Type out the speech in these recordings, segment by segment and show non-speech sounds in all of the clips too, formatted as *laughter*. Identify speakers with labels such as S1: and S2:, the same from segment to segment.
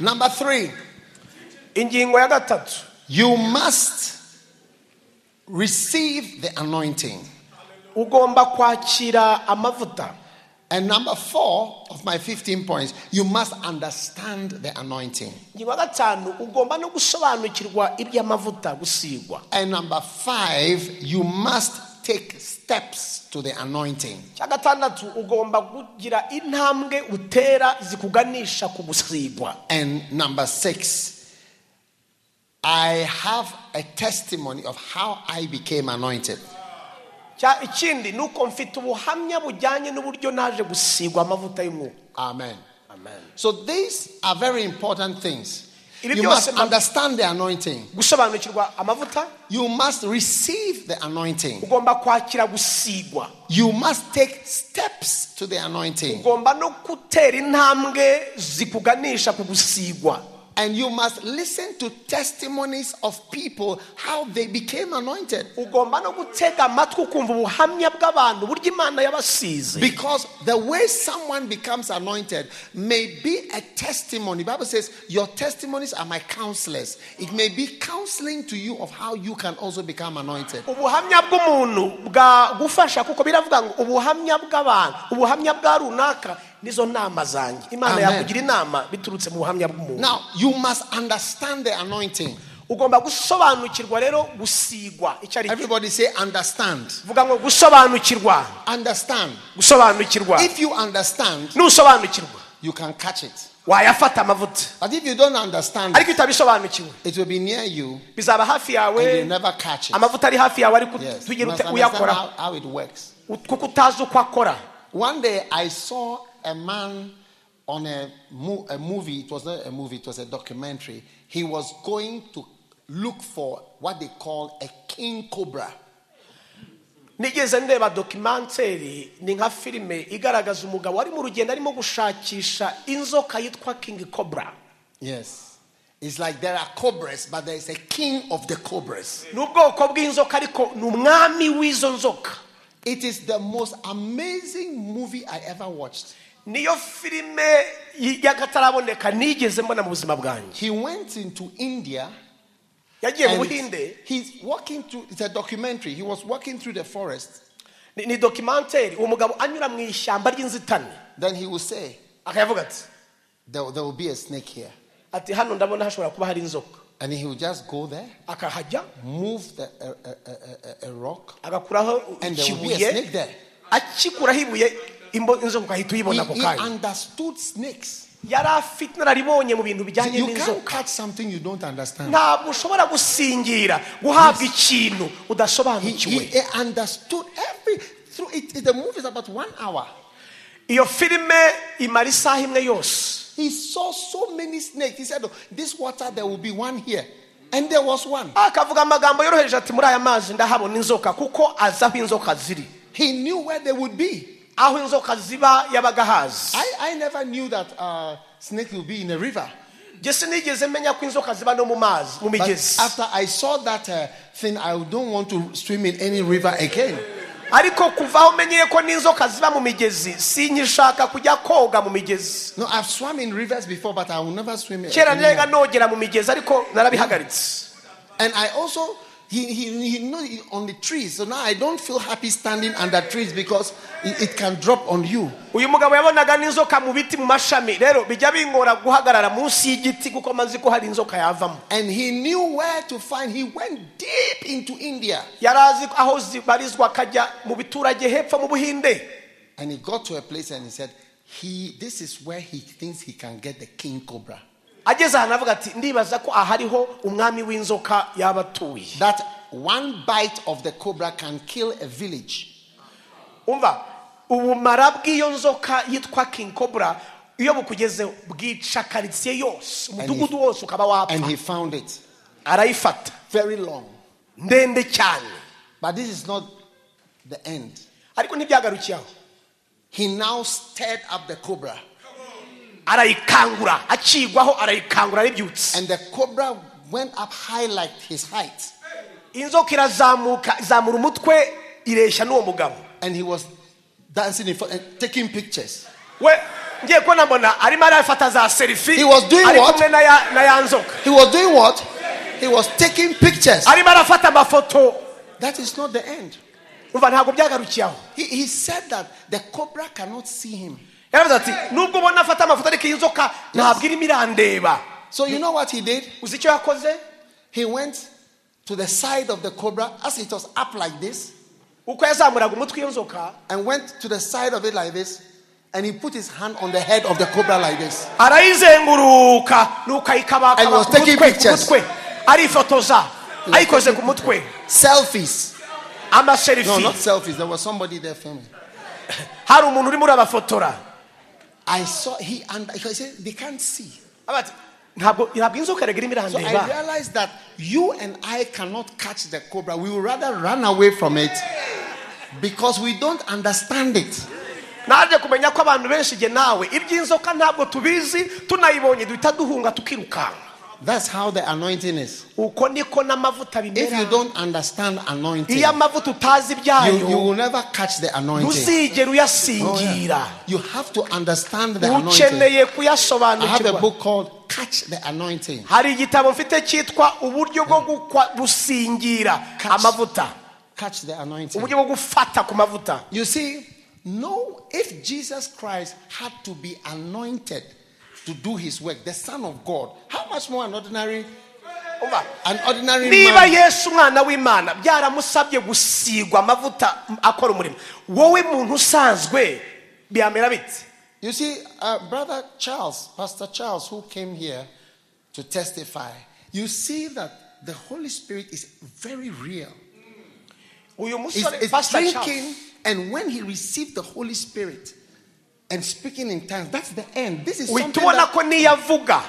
S1: Number three,
S2: ingingo ya gatatu
S1: you must receive the anointing.
S2: ugomba kwakira amavuta
S1: And number four of my 15 points, you must understand the anointing.
S2: ingingo ya gatanu ugomba no gusobanukirwa iby'amavuta gusigwa
S1: And number five, you must take steps to the anointing.
S2: cya gatandatu ugomba kugira intambwe utera zikuganisha ku gusigwa
S1: And number six, I have a testimony of how I became anointed.
S2: Cya- ikindi ni uko mfite ubuhamya bujyanye n'uburyo naje gusigwa amavuta y'umwuka
S1: Amen.
S2: amen
S1: So these are very important things.
S2: Ili
S1: You
S2: vyote
S1: must
S2: ma-
S1: understand the anointing.
S2: gusobanukirwa amavuta
S1: You must receive the anointing.
S2: ugomba kwakira gusigwa
S1: You must take steps to the anointing.
S2: ugomba no gutera intambwe zikuganisha ku gusigwa
S1: And you must listen to testimonies of people how they became anointed.
S2: ugomba no gutega amatwi ukumva ubuhamya bw'abantu uburyo imana yabasize
S1: Because the way someone becomes anointed may be a testimony. Bible says, Your testimonies are my counselors. It may be counseling to you of how you can also become anointed.
S2: ubuhamya bw'umuntu bwagufasha kuko biravuga ngo ubuhamya bw'abantu ubuhamya bwa runaka nizo nama zanjye imana
S1: Amen.
S2: yakugira inama biturutse mu buhamya bw'umuntu
S1: Now, you must understand the anointing.
S2: ugomba gusobanukirwa rero gusigwa icyo ari cyo
S1: Everybody say, Understand.
S2: vuga ngo gusobanukirwa
S1: Understand.
S2: gusobanukirwa
S1: If you understand,
S2: nusobanukirwa
S1: you can catch it.
S2: wayafata amavuta
S1: But if you don't understand,
S2: ariko utabisobanukiwe
S1: it will be near you
S2: bizaba hafi
S1: and you'll
S2: yawe
S1: never catch it.
S2: amavuta ari hafi yawe ariko
S1: Yes. You
S2: tugera
S1: must understand
S2: uyakora
S1: how, how it works.
S2: ut- kuko utazi uko akora
S1: One day I saw a man on a, mo- a movie. It was not a movie, it was a documentary. He was going to look for what they call a king cobra.
S2: nigeze ndeba dokimanseri ni nka filime igaragaza umugabo ari mu rugendo arimo gushakisha inzoka yitwa kingi cobra
S1: Yes. It's like there are cobras, but there is a king of the cobras.
S2: ni ubwoko bw'inzoka ariko ni umwami w'izo nzoka
S1: It is the most amazing movie I ever watched.
S2: niyo filime y- y'akataraboneka nigeze mbona mu buzima bwanjye
S1: He went into India
S2: yagiye
S1: *laughs*
S2: mu
S1: and
S2: buhinde
S1: he's walking through, it's a documentary. He was walking through the forest.
S2: ni, ni dokimanseri uwo mugabo anyura mu ishyamba ry'inzitane
S1: Then he will say,
S2: akayavuga ati
S1: there, there will be a snake here.
S2: ati hano ndabona hashobora kuba hari inzoka
S1: And he will just go there.
S2: akahajya
S1: move the, a, a, a- a, a, a rock
S2: agakuraho
S1: and there will be a snake
S2: ikibuye
S1: there.
S2: akikuraho ibuye imbo- inzoka ugahita
S1: He,
S2: uyibona ako
S1: he
S2: kanya
S1: understood snakes.
S2: yari afite inararibonye mu bintu bijyanye
S1: You can't
S2: n'inzoka
S1: catch something you don't understand.
S2: ntabwo ushobora gusingira guhabwa ikintu
S1: He, he,
S2: udasobanukiwe
S1: he understood every through it. it- The movie is about one hour.
S2: iyo filime imara isaha imwe yose
S1: He saw so many snakes. He said, "Oh, "This water, there will be one here," and there was one.
S2: akavuga amagambo yoroheje ati muri aya mazi ndahabona inzoka kuko azi aho inzoka ziri
S1: He knew where they would be.
S2: aho inzoka ziba yabaga hazi
S1: I, I never knew that uh, snake will be in a river.
S2: njye sinigeze menya ko inzoka ziba no mu mazi mu
S1: But
S2: migezi
S1: after I saw that uh, thing, I don't want to swim in any river again.
S2: ariko kuva aho menyeye ko n'inzoka ziba mu migezi sinyishaka kujya koga mu migezi
S1: No, I've swam in rivers before, but I will never swim in
S2: kera najyaga
S1: anymore.
S2: nogera mu migezi ariko narabihagaritse
S1: And I also, he, he, he know he- on the trees. So now I don't feel happy standing under trees because it, it can drop on you.
S2: uyu mugabo yabonaga n'inzoka mu biti mu mashami rero bijya bingora guhagarara munsi y'igiti kuko amazi ko hari inzoka yavamo
S1: And he knew where to find. He went deep into India.
S2: yari azi aho zibarizwa akajya mu biturage hepfo mu buhinde
S1: And he got to a place and he said, he, this is where he thinks he can get the king cobra.
S2: ageze ahantu avuga ati ndibaza ko aha ariho umwami w'inzoka yaba atuye
S1: That one bite of the cobra can kill a village.
S2: umva ubumara bw'iyo nzoka yitwa king cobra iyo bukugezeho bwica karitsiye yose umudugudu wose ukaba
S1: And
S2: wapfa
S1: he found it
S2: arayifata
S1: very long.
S2: ndende cyane
S1: But this is not the end.
S2: ariko ntibyagarukiye aho
S1: He now stirred up the cobra,
S2: arayikangura akigwaho arayikangura aribyutse
S1: and the cobra went up high like his height,
S2: inzoka irazamuka izamura umutwe ireshya n'uwo mugabo
S1: and he was dancing in front and taking uh, pictures.
S2: we ngiye kubona mbona arimo arafata za serifi
S1: He was doing
S2: ari
S1: what?
S2: kumwe na ya- na ya nzoka
S1: He was doing what? He was taking pictures.
S2: arimo arafata amafoto
S1: That is not the end.
S2: umva ntabwo byagarukiye aho
S1: He, he said that the cobra cannot see him.
S2: yaravuze ati nubwo ubona afata amafoto ariko iyi nzoka ntabwo irimo irandeba
S1: So you know what he did?
S2: uzi icyo yakoze
S1: He went to the side of the cobra as it was up like this
S2: uko yazamuraga umutwe iyo nzoka
S1: and went to the side of it like this and he put his hand on the head of the cobra like this.
S2: arayizenguruka nuko
S1: And
S2: ayikabakaba
S1: was
S2: ku
S1: taking
S2: mutwe ku
S1: pictures.
S2: mutwe arifotoza ayikoze ku mutwe
S1: Selfies. No,
S2: amaserifi
S1: not selfies. There was somebody there filming.
S2: hari umuntu urimo urabafotora
S1: I saw he and he said they can't see.
S2: Avuga ati, ntabwo ntabwo inzoka erega irimo
S1: So
S2: irandeba
S1: I realized that you and I cannot catch the cobra. We would rather run away from it because we don't understand it.
S2: naje kumenya ko abantu benshi igihe nawe iby'inzoka ntabwo tubizi tunayibonye duhita duhunga tukirukanka
S1: That's how the anointing is.
S2: uko niko n'amavuta
S1: If you
S2: bimera
S1: don't understand anointing,
S2: iyo amavuta utazi
S1: you, you
S2: ibyayo
S1: will never catch the anointing.
S2: ntuzigera
S1: Oh,
S2: uyasingira
S1: yeah. You have to understand the anointing.
S2: ukeneye
S1: I have a
S2: kuyasobanukirwa
S1: book called Catch the Anointing.
S2: hari igitabo mfite cyitwa uburyo bwo gukwa gusingira amavuta
S1: Catch the Anointing.
S2: uburyo bwo gufata ku mavuta
S1: You see, no, if Jesus Christ had to be anointed to do his work, the Son of God, how much more an ordinary,
S2: Umva,
S1: an ordinary
S2: niba
S1: man?
S2: yesu umwana w'imana byaramusabye gusigwa amavuta m- akora umurimo wowe muntu usanzwe byamera bite
S1: You see, uh, Brother Charles, Pastor Charles, who came here to testify, you see that the Holy Spirit is very real.
S2: uyu
S1: It's,
S2: musore
S1: it's
S2: Pastor Charles,
S1: drinking, and when he received the Holy Spirit and speaking in tongues, that's the end. This is
S2: uhita
S1: something
S2: ubona
S1: that
S2: ko niyo avuga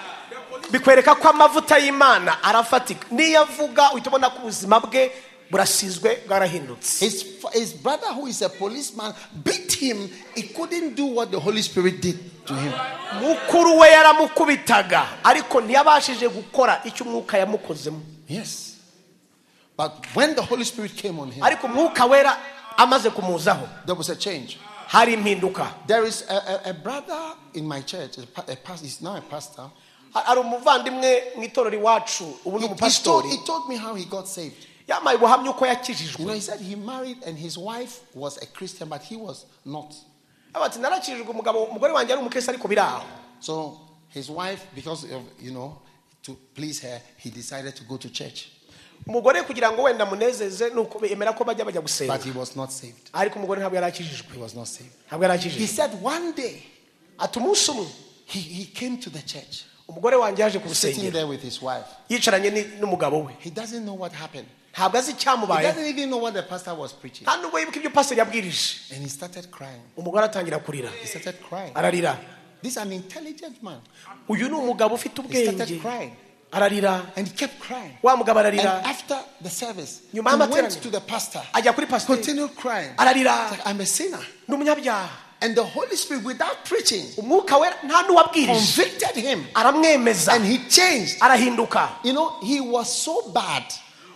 S2: bikwereka ko amavuta y'imana arafatika niyo avuga uhita ubona ko ubuzima bwe burasizwe bwarahindutse
S1: His, his brother, who is a policeman, beat him. He couldn't do what the Holy Spirit did to him.
S2: mukuru we yaramukubitaga ariko ntiyabashije gukora icyo umwuka yamukozemo
S1: Yes. But when the Holy Spirit came on him,
S2: ariko umwuka wera amaze kumuzaho
S1: there was a change.
S2: hari impinduka
S1: There is a, a, a brother in my church, a, pa- a pastor, he's now a pastor.
S2: Ha- hari umuvandimwe mu itorero iwacu ubu ni
S1: He, he told,
S2: umupasitori
S1: he told me how he got saved.
S2: yamaye ubuhamya uko
S1: You know,
S2: yakijijwe
S1: he said he married and his wife was a Christian, but he was not.
S2: Avuga ati narakijijwe umugabo umugore wanjye ari umukesi ariko biri aho
S1: So his wife, because of, you know, to please her, he decided to go to church,
S2: umugore kugira ngo wenda amunezeze ni uko yemera ko bajya bajya
S1: but
S2: gusenga
S1: he was not saved.
S2: ariko umugore ntabwo yarakijijwe
S1: He was not saved.
S2: ntabwo
S1: He
S2: yarakijijwe
S1: said one day
S2: ati umunsi umwe
S1: he, he came to the church,
S2: umugore wanjye yaje ku
S1: sitting
S2: rusengero
S1: there with his wife.
S2: yicaranye ni- n'umugabo we
S1: He doesn't know what happened.
S2: ntabwo azi
S1: He
S2: icyamubayeho
S1: doesn't even know what the pastor was preaching.
S2: nta nubwo yibuka ibyo pasiteri yabwirije
S1: And he started crying.
S2: umugore atangira kurira
S1: He started crying.
S2: ararira
S1: This is an intelligent man.
S2: uyu ni umugabo ufite
S1: He
S2: ubwenge
S1: started crying
S2: ararira
S1: and he kept crying.
S2: wa mugabo
S1: And
S2: ararira
S1: after the service, he
S2: You mama
S1: went
S2: tell me.
S1: to the pastor,
S2: ajya kuri pasiteri
S1: continued crying.
S2: ararira
S1: Like, I'm a sinner.
S2: ni umunyabyaha
S1: And the Holy Spirit, without preaching,
S2: umwuka wera nta n'uwabwirije
S1: convicted him
S2: aramwemeza
S1: and he changed.
S2: arahinduka
S1: You know, he was so bad.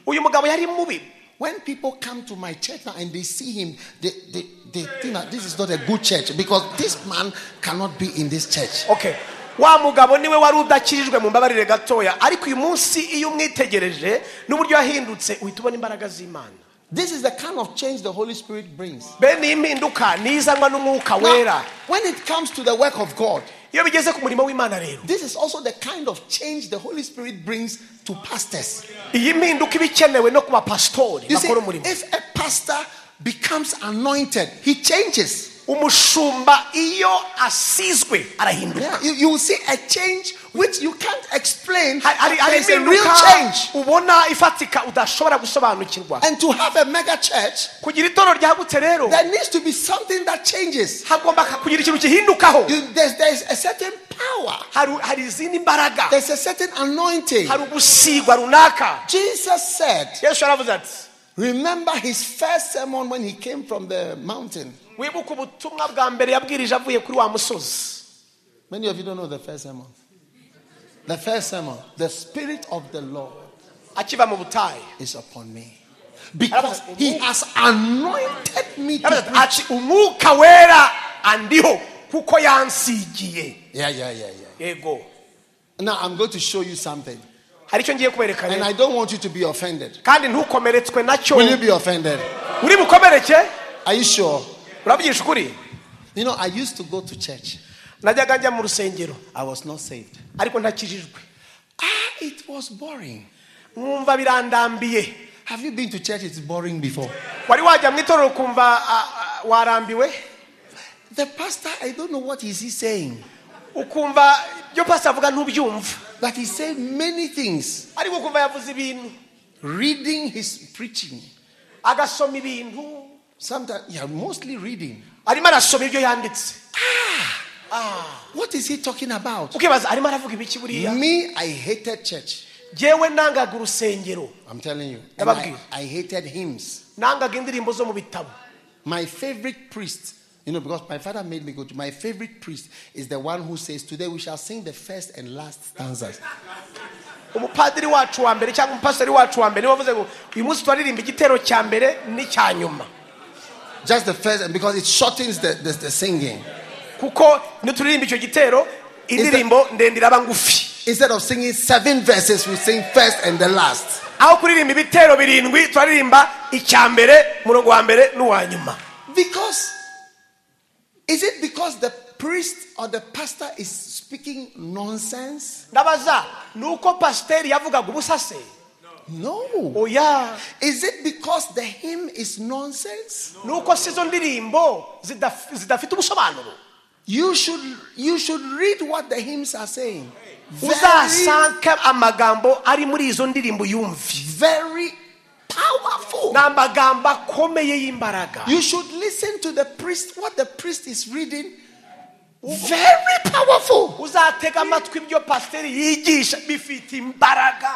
S2: uyu mugabo yari mubi
S1: When people come to my church now and they see him, they, they, they think that this is not a good church because this man cannot be in this church.
S2: okay wa mugabo niwe wari udakirijwe mu mbabarire gatoya ariko uyu munsi iyo umwitegereje n'uburyo yahindutse uhita ubona imbaraga z'imana
S1: This is the kind of change the Holy Spirit brings.
S2: bene iyi mpinduka ni izanwa n'umwuka wera
S1: Now, when it comes to the work of God,
S2: iyo bigeze ku murimo w'imana rero
S1: this is also the kind of change the Holy Spirit brings to pastors.
S2: iyi mpinduka iba ikenewe no ku bapasitori
S1: You see,
S2: bakora umurimo
S1: if a pastor becomes anointed, he changes.
S2: umushumba iyo asizwe arahinduka
S1: Yeah, you, you will see a change which you can't explain.
S2: Hari- hari
S1: but
S2: hari
S1: It's a real
S2: impinduka
S1: change.
S2: ubona ifatika udashobora gusobanukirwa
S1: And to have a mega church,
S2: kugira itorero ryagutse rero
S1: there needs to be something that changes.
S2: hagomba kugira ikintu gihindukaho
S1: You, there's, there's a certain power,
S2: Hari- hari izindi mbaraga
S1: there's a certain anointing.
S2: hari ugusigwa runaka
S1: Jesus said,
S2: yesu yaravuze ati
S1: Remember his first sermon when he came from the mountain.
S2: wibuke ubutumwa bwa mbere yabwirije avuye kuri wa musozi
S1: Many of you don't know the first sermon. The first sermon, the Spirit of the Lord
S2: akiva mu butayu
S1: is upon me. Because he has anointed me
S2: Yaravuze
S1: to
S2: ati, ati umwuka wera andiho kuko yansigiye
S1: Yeah, yeah, yeah, yeah.
S2: yego
S1: Now I'm going to show you something.
S2: hari icyo ngiye kubereka
S1: And
S2: rero
S1: I don't want you to be offended.
S2: kandi ntukomeretswe nacyo
S1: Will you be offended?
S2: uri bukomereke
S1: Are you sure?
S2: urabyihisha ukuri
S1: You know, I used to go to church.
S2: najyaga njya mu rusengero
S1: I was not saved.
S2: ariko ntakijijwe
S1: Ah, it was boring.
S2: nkumva birandambiye
S1: Have you been to church? It's boring before.
S2: wari wajya mu itorero ukumva ah, ah, warambiwe
S1: The pastor, I don't know what is he saying,
S2: ukumva ibyo pasi avuga ntubyumva
S1: but he said many things.
S2: ariko ukumva yavuze ibintu
S1: Reading his preaching.
S2: agasoma ibintu
S1: Sometimes, yeah, mostly reading.
S2: arimo arasoma ibyo yanditse
S1: What is he talking about?
S2: ukibaza arimo aravuga ibiki buriya
S1: Me, I hated church.
S2: jyewe nangaga urusengero
S1: I'm telling you.
S2: How
S1: And
S2: about
S1: I,
S2: you?
S1: I hated hymns.
S2: nangaga indirimbo zo mu bitabo
S1: My favorite priest, you know, because my father made me go to my favorite priest is the one who says, Today we shall sing the first and last stanzas.
S2: umupadiri wacu wa mbere cyangwa umupasiteri wacu wa mbere niwe wavuze ngo uyu munsi turaririmba igitero cya mbere n'icya nyuma
S1: Just the first, and because it shortens the, the, the singing.
S2: kuko nituririmba icyo gitero indirimbo ndende iraba ngufi
S1: Instead of singing seven verses, we sing first and the last.
S2: aho kuririmba ibitero birindwi turaririmba icya mbere murongo wa mbere n'uwa nyuma
S1: Because, is it because the priest or the pastor is speaking nonsense?
S2: ndabaza ni uko pasiteri yavugaga ubusase
S1: No.
S2: oya
S1: Is it because the hymn is nonsense?
S2: ni uko si izo ndirimbo zidaf- zidafite ubusobanuro
S1: You should, you should read what the hymns are saying. Very,
S2: uzasange amagambo ari muri izo ndirimbo yumvi
S1: very powerful.
S2: ni amagambo akomeye y'imbaraga
S1: You should listen to the priest, what the priest is reading. Very powerful.
S2: uzatega amatwi ibyo pasiteri yigisha bifite imbaraga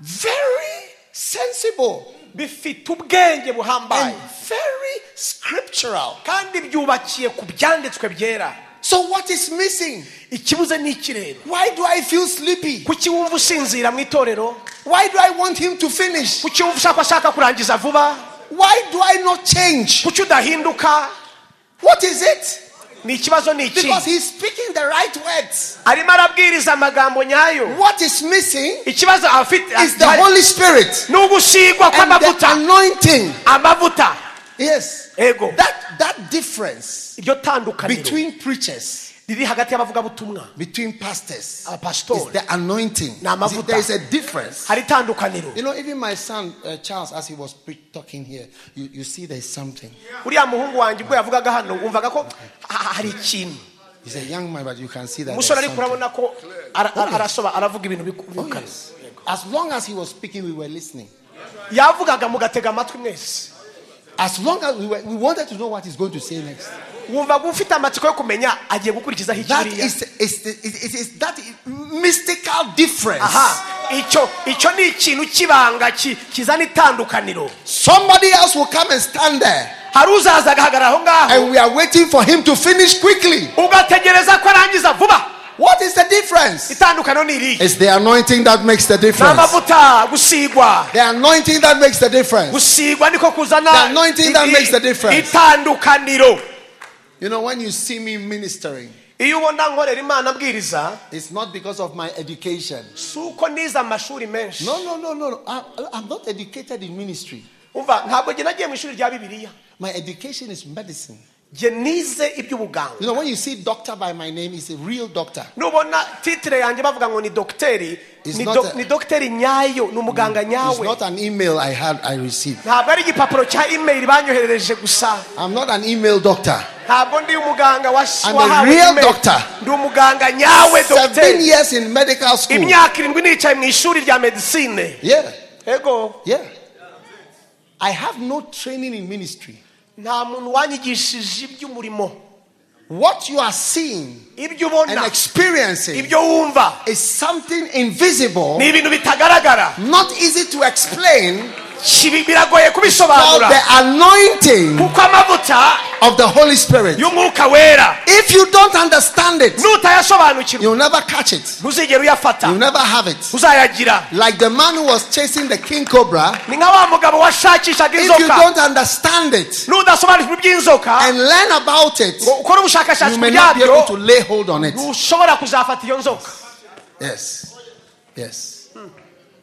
S1: Very sensible.
S2: bifite ubwenge
S1: And
S2: buhambaye
S1: very scriptural.
S2: kandi byubakiye ku byanditswe byera
S1: So, what is missing?
S2: ikibuze ni ikireba
S1: Why do I feel sleepy?
S2: kuki wumva usinzira mu itorero
S1: Why do I want him to finish?
S2: kuki wumva ushaka ashaka kurangiza vuba
S1: Why do I not change?
S2: kuki udahinduka
S1: What is it?
S2: ni ikibazo ni iki
S1: Because he's speaking the right words.
S2: arimo arabwiriza amagambo nyayo
S1: What is missing
S2: ikibazo afite
S1: is the Holy Spirit
S2: ni ugusigwa
S1: and the
S2: kw'amavuta
S1: anointing.
S2: amavuta
S1: Yes.
S2: ego
S1: That, that difference
S2: iryo tandukaniro
S1: between preachers,
S2: riri hagati y'abavugabutumwa
S1: between pastors, is
S2: abapasitori
S1: the anointing.
S2: Na
S1: You see,
S2: mafuta.
S1: There is a difference.
S2: hari itandukaniro
S1: You know, even my son uh, Charles, as he was pre- talking here, you, you see there's something.
S2: uriya muhungu wanjye ubwo yavugaga hano wumvaga ko ah, hari ikintu
S1: He's a young man, but you can see that. there's
S2: umusore ariko
S1: something.
S2: urabona ko ara- ara- arasoba aravuga ibintu
S1: Oh,
S2: bikumvikana
S1: yes. As long as he was speaking, we were listening.
S2: yavugaga mugatega amatwi mwese
S1: As long as we, were, we wanted to know what he's going to say next.
S2: wumvaga ufite amatsiko yo kumenya agiye gukurikizaho
S1: That
S2: ikiriya
S1: is, is, is, is, is that mystical difference.
S2: aha icyo icyo ni ikintu cy'ibanga ki- kizana itandukaniro
S1: Somebody else will come and stand there,
S2: hari uzaza agahagarara aho ngaho
S1: and we are waiting for him to finish quickly.
S2: ugategereza ko arangiza vuba
S1: What is the difference?
S2: itandukaniro ni iriya
S1: It's the anointing that makes the
S2: ni
S1: difference.
S2: amavuta gusigwa
S1: The anointing that makes the difference.
S2: gusigwa niko
S1: The
S2: kuzana
S1: anointing that
S2: i- i-
S1: makes the difference.
S2: itandukaniro
S1: You know, when you see me ministering,
S2: iyo ubona nkorera imana abwiriza
S1: it's not because of my education.
S2: si uko nize amashuri menshi
S1: No, no, no, no. no. I, I'm not educated in ministry.
S2: umva ntabwo njye nagiye mu ishuri rya bibiliya
S1: My education is medicine.
S2: njye nize
S1: You
S2: iby'ubuganga
S1: know, when you see doctor by my name, he's a real doctor.
S2: nubona titire yanjye bavuga ngo ni dogiteri
S1: It's
S2: ni
S1: not
S2: dog-
S1: a-
S2: ni dogiteri nyayo ni umuganga
S1: It's
S2: nyawe
S1: not an email I had I received.
S2: ntabwo ari igipapuro cya imeri banyoherereje gusa
S1: I'm not an email doctor.
S2: ntabwo ndi umuganga wa-
S1: I'm a
S2: wahawe
S1: real
S2: email.
S1: doctor.
S2: ndi umuganga nyawe
S1: Seven
S2: dogiteri
S1: years in medical school.
S2: imyaka irindwi nicaye mu ishuri rya medisine
S1: Yeah,
S2: ego
S1: yeah. I have no training in ministry.
S2: nta muntu wanyigishije iby'umurimo
S1: What you are seeing
S2: ibyo
S1: and
S2: ubona
S1: experiencing
S2: ibyo wumva
S1: is something invisible,
S2: ni ibintu bitagaragara
S1: not easy to explain,
S2: kibi biragoye
S1: Now,
S2: kubisobanura
S1: the anointing
S2: kuko amavuta
S1: of the Holy Spirit,
S2: y'umwuka wera
S1: if you don't understand it,
S2: nutayasobanukirwa
S1: you'll never catch it.
S2: ntuzigera uyafata
S1: You'll never have it.
S2: uzayagira
S1: Like the man who was chasing the king cobra,
S2: ni nka wa mugabo washakishaga
S1: if you
S2: inzoka
S1: don't understand it
S2: nudasobanukirwa iby'inzoka
S1: and learn about
S2: ngo
S1: it,
S2: ukore
S1: you
S2: ubushakashatsi
S1: may
S2: ku
S1: not be able to
S2: byabyo
S1: lay hold on it.
S2: ntushobora kuzafata iyo nzoka
S1: Yes. Yes.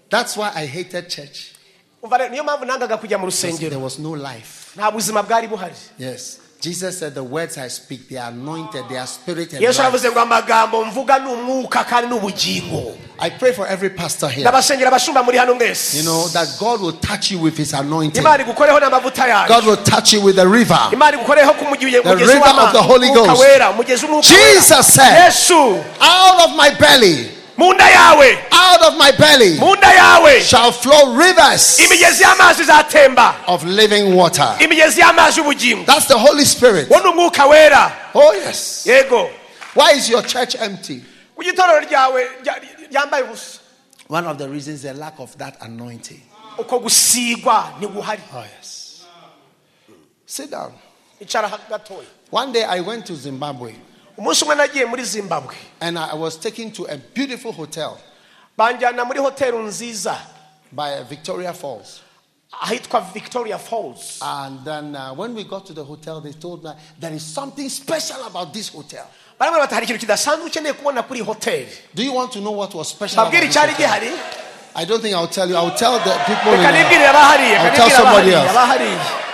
S1: That's why I hated church.
S2: Umva rero, niyo mpamvu nangaga kujya mu rusengero
S1: There was no life.
S2: nta buzima bwari buhari
S1: Yes. Jesus said, The words I speak, they are anointed, they are spirit and
S2: yesu
S1: life.
S2: aravuze ngo amagambo mvuga ni umwuka kandi ni ubugingo
S1: I pray for every pastor here.
S2: ndabashengera abashumba muri hano
S1: You
S2: mwese
S1: know, that God will touch you with his anointing.
S2: imana igukoreho n'amavuta yayo
S1: God will touch you with the river.
S2: imana igukoreho ku mugezi
S1: river of
S2: w'ama-
S1: the Holy
S2: w'umwuka
S1: Ghost.
S2: wera umugezi w'umwuka
S1: Jesus said-
S2: wera yesu
S1: Out of my belly,
S2: mu nda yawe
S1: out of my belly
S2: mu nda yawe
S1: shall flow rivers
S2: imigezi y'amazi izatemba
S1: of living water.
S2: imigezi y'amazi y'ubugingo
S1: That's the Holy Spirit.
S2: wo ni umwuka wera
S1: Oh, yes.
S2: yego
S1: Why is your church empty?
S2: kuko itorero ryawe rya- ryambaye ubusa
S1: One of the reasons is the lack of that anointing.
S2: uko gusigwa ntiguhari
S1: Oh, yes. Sit down.
S2: icara ha- gatoya
S1: One day I went to Zimbabwe
S2: umunsi umwe nagiye muri zimbabwe
S1: and I was taken to a beautiful hotel
S2: banjyana muri hoteli nziza
S1: by Victoria Falls.
S2: ahitwa victoria falls
S1: And then uh, when we got to the hotel, they told me there is something special about this hotel.
S2: barambwira bati hari ikintu kidasanzwe ukeneye kubona kuri hoteli
S1: Do you want to know what was special? About
S2: babwire
S1: this
S2: icyari
S1: hotel?
S2: gihari
S1: I don't think I'll tell you. I'll tell the people.
S2: reka
S1: In,
S2: nibwirire abahariye
S1: I'll
S2: reka
S1: tell
S2: nibwirire
S1: somebody
S2: abahariye,
S1: else.
S2: abahariye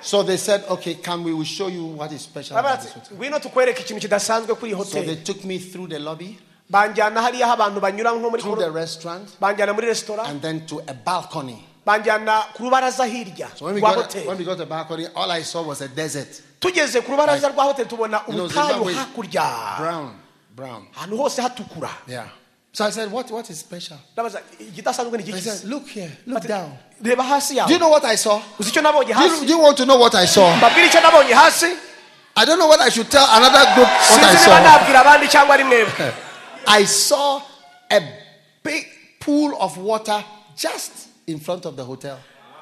S1: so they said, okay, can we will show you what is special
S2: barambwira
S1: about
S2: bati
S1: this hotel.
S2: ngwino tukwereke ikintu kidasanzwe kuri iyi
S1: So they
S2: hoteli
S1: took me through the lobby,
S2: banjyana hariya aho abantu banyura nko muri
S1: through
S2: koro-
S1: the restaurant,
S2: banjyana muri resitora
S1: and then to a balcony.
S2: banjyana ku rubaraza hirya
S1: So when we,
S2: rwa
S1: got, when
S2: hoteli
S1: we got to the balcony, all I saw was a desert.
S2: tugeze ku rubaraza rwa hoteli tubona
S1: You know,
S2: ubutayu
S1: Zimbabwe is-
S2: hakurya
S1: Brown. Brown.
S2: ahantu hose hatukura
S1: Yeah. So I said, what, what is special?
S2: ndabaza ikidasanzwe ni
S1: I
S2: igiki
S1: said, look here, look
S2: Bati,
S1: down.
S2: reba hasi
S1: Do you
S2: yawe
S1: know what I saw?
S2: uzi icyo nabonye
S1: Do you,
S2: hasi
S1: do you want to know Oh, what I saw?
S2: mbabwire icyo nabonye hasi
S1: I don't know what I should tell another group what I
S2: sinzi niba
S1: saw.
S2: nabwira abandi cyangwa ari mwebwe
S1: *laughs* I saw a big pool of water just in front of the hotel.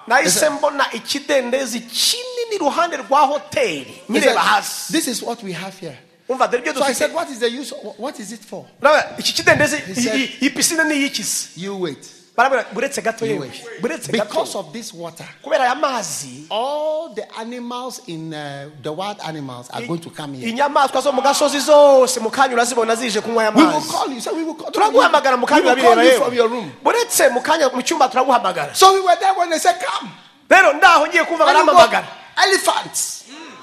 S2: nahise mbona ikidendezi kinini iruhande rwa hoteli
S1: They
S2: nkireba
S1: said,
S2: hasi
S1: this is what we have here.
S2: umva dore ibyo
S1: So I said,
S2: dufite
S1: what is the use? Of, what is it for?
S2: Urabona, iki kidendezi iyi-
S1: said-
S2: iyi- iyi pisine ni iy'ikizi
S1: You wait.
S2: barabwira buretse gato
S1: You
S2: yewe
S1: wait.
S2: buretse
S1: Because
S2: gato
S1: of this water,
S2: kubera aya mazi
S1: all the animals in uh, the wild animals are going to come here.
S2: inyamaswa zo mu gasozi zose mu kanya urazibona zije kunywa aya
S1: We will
S2: mazi
S1: call you. So we will call,
S2: turaguhamagara mu
S1: we
S2: kanya
S1: will call
S2: urabireba
S1: you from your
S2: yewe
S1: room.
S2: buretse mu kanya mu cyumba turaguhamagara
S1: So we were there when they said, come.
S2: rero ndaho ngiye kumva
S1: And you
S2: barampamagara
S1: go, elephants,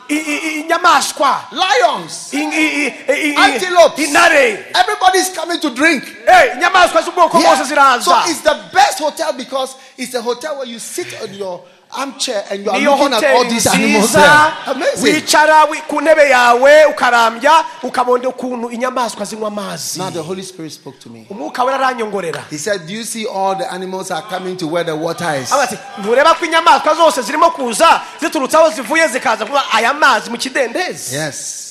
S2: I- i- i- inyamaswa
S1: lions,
S2: In- i- i- i- i-
S1: Antelopes.
S2: intare
S1: everybody's coming to drink.
S2: Eh, inyamaswa z'ubwoko
S1: Yeah.
S2: bwose
S1: So
S2: ziraza
S1: it's the best hotel because it's a hotel where you sit on your armchair and you are
S2: niyo
S1: looking at all
S2: hoteli
S1: these animals
S2: nziza
S1: there. Amazing.
S2: wicara wi- ku ntebe yawe ukarambya ukabonda ukuntu inyamaswa zinywa amazi
S1: Now the Holy Spirit spoke to me.
S2: umwuka we aranyongorera
S1: He said, Do you see all the animals are coming to where the water is?
S2: Abazi, ntureba ko inyamaswa zose zirimo kuza ziturutse aho zivuye zikaza kunywa aya mazi mu kidendezi
S1: Yes.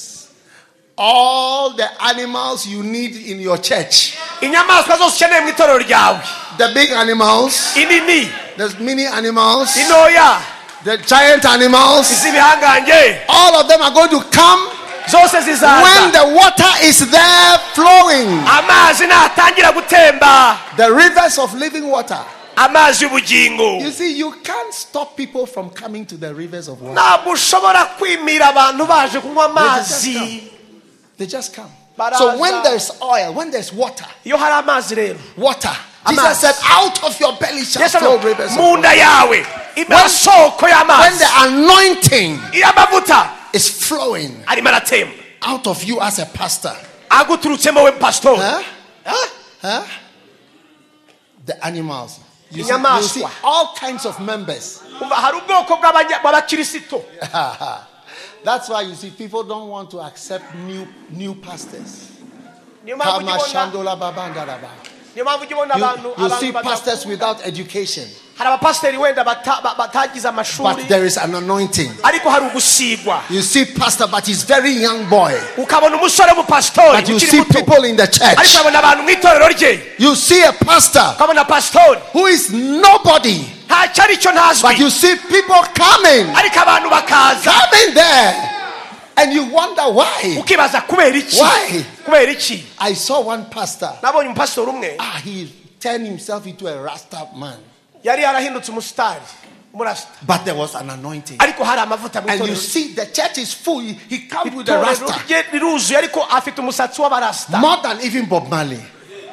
S1: All the animals you need in your church.
S2: inyamaswa zose ukeneye mu itorero ryawe
S1: The big animals,
S2: inini
S1: the mini animals,
S2: intoya
S1: the giant animals,
S2: iz'ibihangange
S1: all of them are going to come
S2: zose zizaza
S1: when the water is there flowing.
S2: amazi natangira gutemba
S1: The rivers of living water.
S2: amazi y'ubugingo
S1: You see, you can't stop people from coming to the rivers of water.
S2: ntabwo ushobora kwimira abantu baje kunywa amazi
S1: They just come.
S2: But
S1: so
S2: as
S1: when
S2: a-
S1: there's oil, when there's water,
S2: iyo hari amazi rero
S1: water.
S2: Amas.
S1: Jesus said, "Out of your belly shall
S2: Yesu
S1: flow
S2: avuga,
S1: rivers." of
S2: mu
S1: water."
S2: nda yawe amasoko
S1: When
S2: y'amazi
S1: the anointing
S2: iyo amavuta
S1: is flowing
S2: arimo aratemba
S1: out of you as a pastor,
S2: aguturutsemo we pasitori
S1: huh? Huh? Huh? The animals. You see,
S2: Inyamaswa.
S1: you see all kinds of members. *laughs*
S2: Umva, hari ubwoko bw'abanya- bw'abakirisito
S1: That's why you see people don't want to accept new new pastors.
S2: niyo mpamvu
S1: Kama
S2: ujya ubona-
S1: shandola babandalaba.
S2: niyo mpamvu ujya ubona
S1: You,
S2: abantu
S1: you see
S2: abantu badakunda.
S1: pastors without education.
S2: hari abapasiteri wenda bata- ba- batagize amashuri
S1: but there is an anointing.
S2: ariko hari ugusigwa
S1: You see pastor, but he's very young boy.
S2: ukabona umusore w'umupasitori
S1: But you
S2: ukiri
S1: see
S2: muto
S1: people in the
S2: ariko
S1: church.
S2: ukabona abantu mu itorero rye
S1: You see a pastor
S2: ukabona pasitori
S1: who is nobody,
S2: ntacyo aricyo
S1: but
S2: ntazwi
S1: you see people coming,
S2: ariko abantu bakaza
S1: coming there, and you wonder why.
S2: ukibaza kubera iki
S1: Why?
S2: kubera iki
S1: I saw one pastor.
S2: nabonye umupasitori umwe
S1: Ah, he turned himself into a rasta man,
S2: yari yarahindutse umusitari umurasita
S1: but there was an anointing.
S2: ariko hari amavuta mu
S1: And you
S2: itorero
S1: see, the church is full. He comes with a
S2: itorero
S1: rasta
S2: rye riruzuye ariko afite umusatsi w'abarasita
S1: more than even Bob Marley.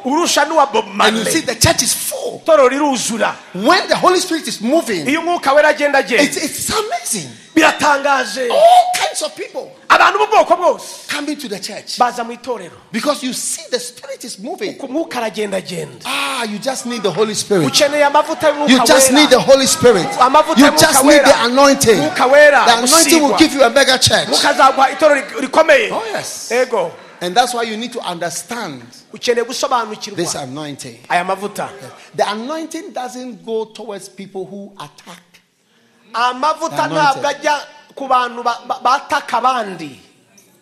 S2: urusha n'uwa bob
S1: And you see,
S2: marley
S1: the church is full.
S2: itorero riruzura
S1: When the Holy Spirit is moving,
S2: iyo umwuka wera agenda
S1: it's,
S2: agenda
S1: it's amazing.
S2: biratangaje
S1: All kinds of people
S2: abantu b'ubwoko bwose
S1: coming to the church
S2: baza mu itorero
S1: because you see, the Spirit is moving.
S2: ku mwuka aragenda agenda
S1: Ah, you just need the Holy Spirit.
S2: ukeneye amavuta
S1: You
S2: y'umwuka
S1: just need the
S2: wera
S1: Holy Spirit.
S2: amavuta
S1: You just
S2: y'umwuka
S1: need the
S2: wera
S1: anointing.
S2: umwuka wera
S1: The anointing will
S2: usigwa.
S1: give you a mega church.
S2: umwuka azagwa itorero ri- rikomeye
S1: Oh, yes.
S2: ego
S1: And that's why you need to understand
S2: ukeneye
S1: this
S2: gusobanukirwa
S1: anointing.
S2: aya mavuta
S1: The anointing doesn't go towards people who attack. The
S2: amavuta
S1: anointed.
S2: ntabwo ajya ku bantu ba- ba- bataka abandi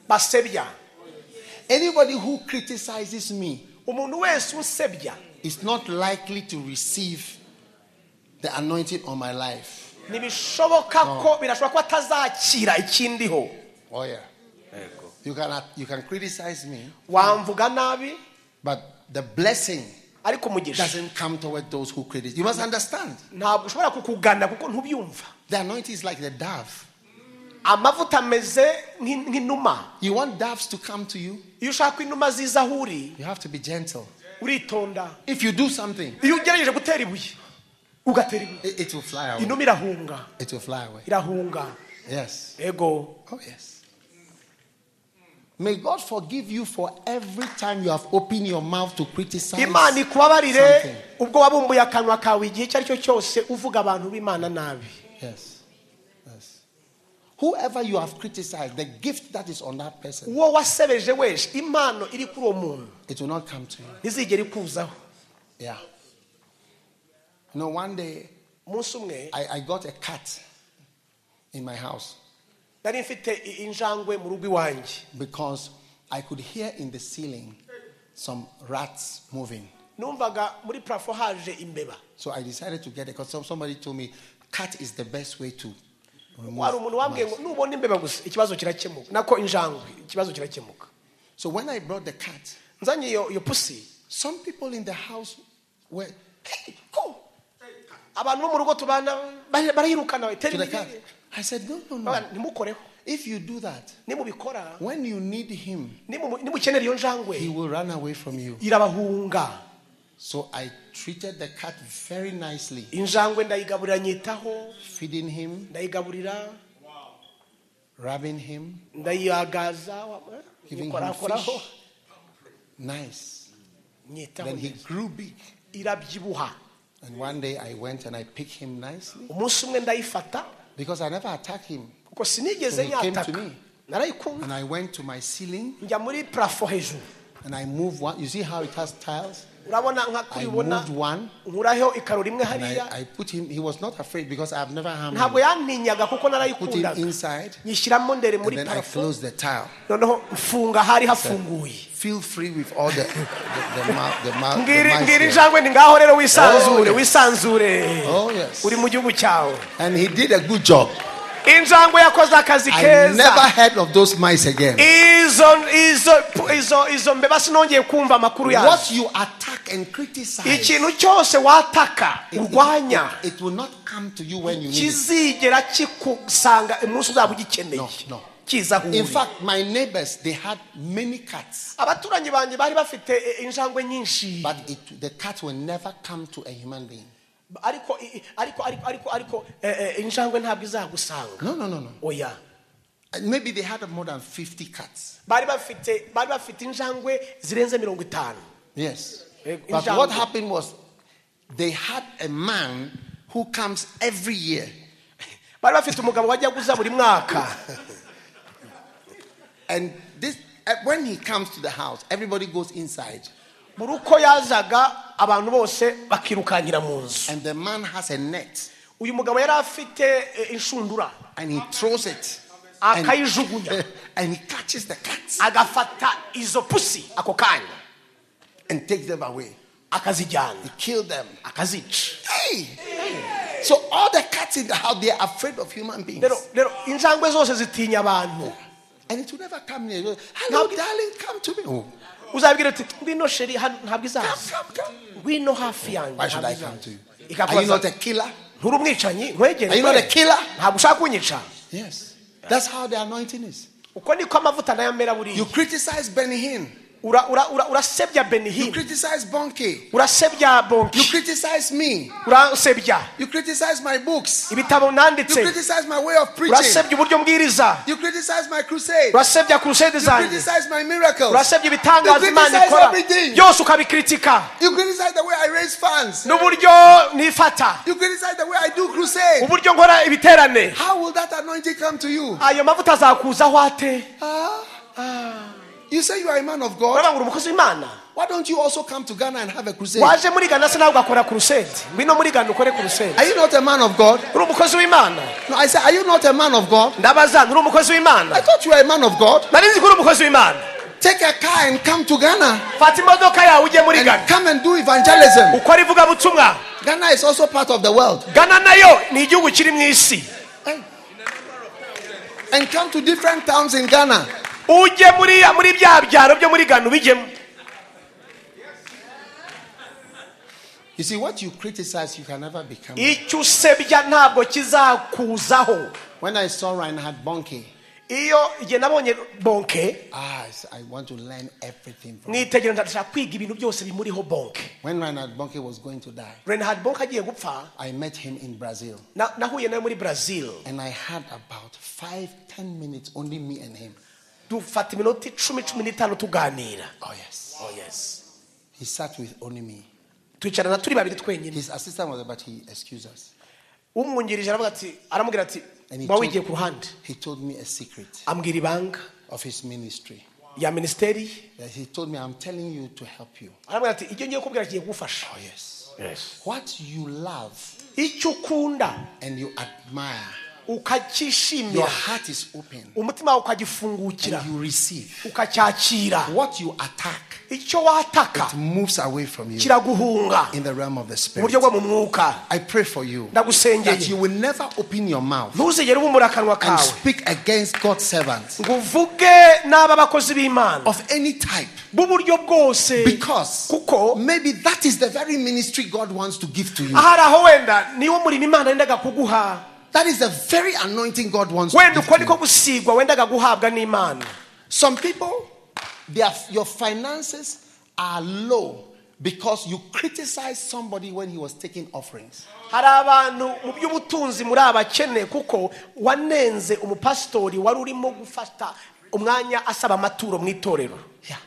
S2: basebya
S1: Anybody who criticizes me
S2: umuntu wese usebya
S1: is not likely to receive the anointing on my life.
S2: ntibishoboka ko birashoboka ko atazakira ikindiho
S1: Oh, yeah. You can, you can criticize me,
S2: wamvuga nabi
S1: but the blessing
S2: ariko umugisha
S1: doesn't come toward those who criticize. You must understand.
S2: ntabwo ushobora kukugana kuko ntubyumva
S1: The anointing is like the dove.
S2: amavuta ameze nk'in- nk'inuma
S1: You want doves to come to you?
S2: iyo ushaka ko inuma ziza aho uri
S1: You have to be gentle.
S2: uritonda
S1: If you do something,
S2: iyo ugerageje gutera ibuye ugatera ibuye
S1: it, it will fly away.
S2: inuma irahunga
S1: It will fly away.
S2: irahunga
S1: Yes.
S2: ego
S1: Oh, yes. May God forgive you for every time you have opened your mouth to criticize.
S2: imana ikubabarire
S1: something.
S2: ubwo wabumbuye akanwa kawe igihe icyo ari cyo cyose uvuga abantu b'imana nabi
S1: Yes. Yes. Whoever you have criticized, the gift that is on that person,
S2: uwo wasebeje wese impano iri kuri uwo muntu
S1: it will not come to you.
S2: ntizigere ikuzaho
S1: Yeah. You know, one day
S2: umunsi umwe
S1: I, I got a cat in my house
S2: nari mfite i- injangwe mu rugo iwanjye
S1: because I could hear in the ceiling some rats moving.
S2: numvaga muri parafo haje imbeba
S1: So I decided to get it because some, somebody told me cat is the best way to remove.
S2: hari umuntu wambwiye ngo nubona imbeba gusa ikibazo kirakemuka nako injangwe ikibazo kirakemuka
S1: So when I brought the cat,
S2: nzanye iyo iyo pusi
S1: some people in the house were hey,
S2: ko abantu bo mu rugo tubana bara- barayirukana
S1: to
S2: itera
S1: the cat.
S2: imigeri.
S1: I said, no, no, no.
S2: Baba, ntimukoreho
S1: If you do that,
S2: nimubikora
S1: when you need him,
S2: nimu- nimukenera iyo
S1: he
S2: njangwe
S1: will run away from you.
S2: irabahunga
S1: So I treated the cat very nicely,
S2: injangwe ndayigaburira nyitaho
S1: feeding him,
S2: ndayigaburira
S1: rubbing him,
S2: ndayagaza
S1: giving him
S2: korakoraho
S1: fish. Nice.
S2: nyitaho
S1: Then he grew big.
S2: irabyibuha
S1: And one day I went and I picked him nicely
S2: umunsi umwe ndayifata
S1: because I never attacked him.
S2: kuko sinigeze
S1: So he came to
S2: nyataka
S1: me.
S2: narayikunda
S1: And I went to my ceiling
S2: njya muri parafo hejuru
S1: and I moved one. You see how it has tiles?
S2: urabona nka
S1: I
S2: kubibona
S1: moved one
S2: nkuraho ikaro rimwe
S1: And I,
S2: hariya
S1: I put him, he was not afraid because I've never harmed
S2: ntabwo
S1: him.
S2: yantinyaga kuko
S1: Put him
S2: narayikundaga
S1: inside
S2: nyishyiramo ndere
S1: and
S2: muri
S1: then I
S2: parafo
S1: closed the tile.
S2: noneho mfunga hari hafunguye
S1: Feel free with all the, the, the mouth. The mouth, the mice
S2: mbwira mbwira
S1: there.
S2: injangwe ni ngaho rero wisanzure
S1: Oh, yes.
S2: wisanzure
S1: Oh, yes.
S2: uri mu gihugu cyawe
S1: And he did a good job.
S2: injangwe yakoze akazi
S1: I never
S2: keza
S1: heard of those mice again.
S2: izo izo izo izo mbeba sinongeye kumva amakuru yazo
S1: What you attack and criticize, it,
S2: ikintu cyose wataka urwanya
S1: it, it will not come to you when you need it.
S2: kizigera kikusanga umunsi uzaba ugikeneye
S1: No, no.
S2: kiza aho
S1: In
S2: uri
S1: fact, my neighbors, they had many cats,
S2: abaturanyi banjye bari bafite eh, injangwe nyinshi
S1: but it, the cat will never come to a human being.
S2: ariko i- i- ariko ariko ariko ariko eh, eh, injangwe ntabwo izagusanga
S1: No, no, no, no.
S2: oya
S1: And Uh, Maybe they had more than 50 cats.
S2: bari bafite bari bafite injangwe zirenze mirongo itanu
S1: Yes.
S2: Eh,
S1: But
S2: Injangwe.
S1: what happened was they had a man who comes every year
S2: bari bafite umugabo wajya guza buri mwaka
S1: and uh, this eh, when he comes to the house everybody goes inside
S2: buri uko yazaga abantu bose bakirukankira mu nzu
S1: And the man has a net
S2: uyu mugabo yari afite eh, inshundura
S1: and he throws it.
S2: Ah,
S1: And,
S2: akayijugunya
S1: *laughs* and he catches the cats
S2: agafata izo pusi ako kanya
S1: and takes them away.
S2: akazijyana
S1: Kill them.
S2: akazica
S1: Hey! So all the cats in the house, they are afraid of human beings.
S2: rero rero injangwe zose zitinya abantu
S1: And it will never come near. you. Hello, darling, come to me. Oh,
S2: uzabwira uti ngwino sheri hano ntabwo
S1: come,
S2: izaza
S1: come, come.
S2: ngwino hafi yanjye
S1: Why should
S2: ntabwo
S1: I
S2: izaza."
S1: come to you? Are you
S2: Ikakubaza,
S1: not a killer?
S2: nturi umwicanyi nkwegere
S1: Are you not a killer?
S2: ntabwo ushaka kunyica
S1: Yes. That's how the anointing is.
S2: uko niko amavuta nayo amera
S1: You
S2: buriya
S1: criticize Benny Hinn.
S2: Ura- ura- ura- urasebya
S1: You
S2: benihini
S1: criticize Bonke.
S2: urasebya
S1: You
S2: bonki
S1: criticize me.
S2: urasebya
S1: You criticize my books.
S2: ibitabo
S1: You
S2: nanditse
S1: criticize my way of preaching.
S2: urasebya uburyo mbwiriza
S1: You criticize my crusade.
S2: urasebya kurusede
S1: You
S2: zanjye
S1: criticize my miracles.
S2: urasebya ibitangaza
S1: You
S2: imana
S1: criticize
S2: ikora
S1: everything.
S2: byose ukabikritika
S1: You criticize the way I raise funds.
S2: n'uburyo nifata
S1: You criticize the way I do crusade.
S2: uburyo nkora ibiterane
S1: How will that anointing come to you?
S2: ayo mavuta azakuzaho ate
S1: Ah, You say you are a man of God.
S2: urabangura umukozi w'imana
S1: Why don't you also come to Ghana and have a crusade?
S2: waje muri gana se nawe ugakora kurusede ngwino muri gana ukore kurusede
S1: Are you not a man of God?
S2: uri umukozi w'imana
S1: No, I say, are you not a man of God?
S2: ndabaza nturi umukozi
S1: I
S2: w'imana
S1: thought you were a man of God.
S2: nari nzi ko uri umukozi w'imana
S1: Take a car and come to Ghana
S2: fata imodoka yawe ujye muri
S1: and
S2: gana
S1: come and do evangelism.
S2: ukora ivugabutumwa
S1: Ghana is also part of the world.
S2: gana nayo ni igihugu kiri mu isi
S1: Eh? And come to different towns in Ghana.
S2: ujye muri muri bya byaro byo muri gana ubijyemo
S1: You see, what you criticize, you can never become.
S2: icyo usebya ntabwo kizakuzaho
S1: When I saw Reinhard Bonke,
S2: iyo igihe nabonye bonke
S1: ah, I s- I want to learn everything from him.
S2: mwitegereza ndashaka kwiga ibintu byose bimuriho bonke
S1: When Reinhard Bonke was going to die,
S2: renhard bonke agiye gupfa
S1: I met him in Brazil.
S2: na- nahuye nawe muri brazil
S1: And I had about five, ten minutes, only me and him.
S2: dufata iminota icumi cumi n'itanu tuganira
S1: Oh, yes.
S2: Oh, yes.
S1: He sat with only me.
S2: twicarana turi babiri twenyine
S1: His assistant was about to excuse us.
S2: umwungirije aravuga ati aramubwira ati
S1: And he
S2: muba
S1: told-
S2: wigiye ku ruhande
S1: He told me a secret
S2: ambwira ibanga
S1: of his ministry.
S2: ya minisiteri ye.
S1: That he told me, I'm telling you to help you.
S2: aramubwira ati ibyo ngiye kubwira kigiye kugufasha
S1: Oh, yes. What you love
S2: icyo ukunda
S1: and you admire, your
S2: ukacyishimira
S1: heart is open
S2: umutima wawe ukagifungukira
S1: and you receive.
S2: ukacyakira
S1: What you attack,
S2: icyo wataka
S1: it moves away from you
S2: kiraguhunga
S1: in the realm of the
S2: mu buryo
S1: spirit.
S2: bwo mu mwuka
S1: I pray for you that you
S2: ndagusengeye
S1: will never open your mouth
S2: ntuzigere ubumura akanwa
S1: and
S2: kawe
S1: speak against God's servants
S2: ngo uvuge n'aba bakozi b'imana
S1: of any type
S2: b'uburyo bwose
S1: Oh. because
S2: kuko
S1: maybe that is the very ministry God wants to give to you.
S2: ahari aho wenda niwo murimo imana yendaga kuguha
S1: That is the very anointing God wants to
S2: wenda
S1: give
S2: uko
S1: to
S2: niko
S1: you.
S2: gusigwa wendaga guhabwa n'imana
S1: Some people, their, your finances are low because you criticized somebody when he was taking offerings.
S2: hari abantu mu by'ubutunzi muri abakene kuko wanenze umupasitori wari urimo gufata umwanya asaba amaturo mu itorero
S1: Yeah.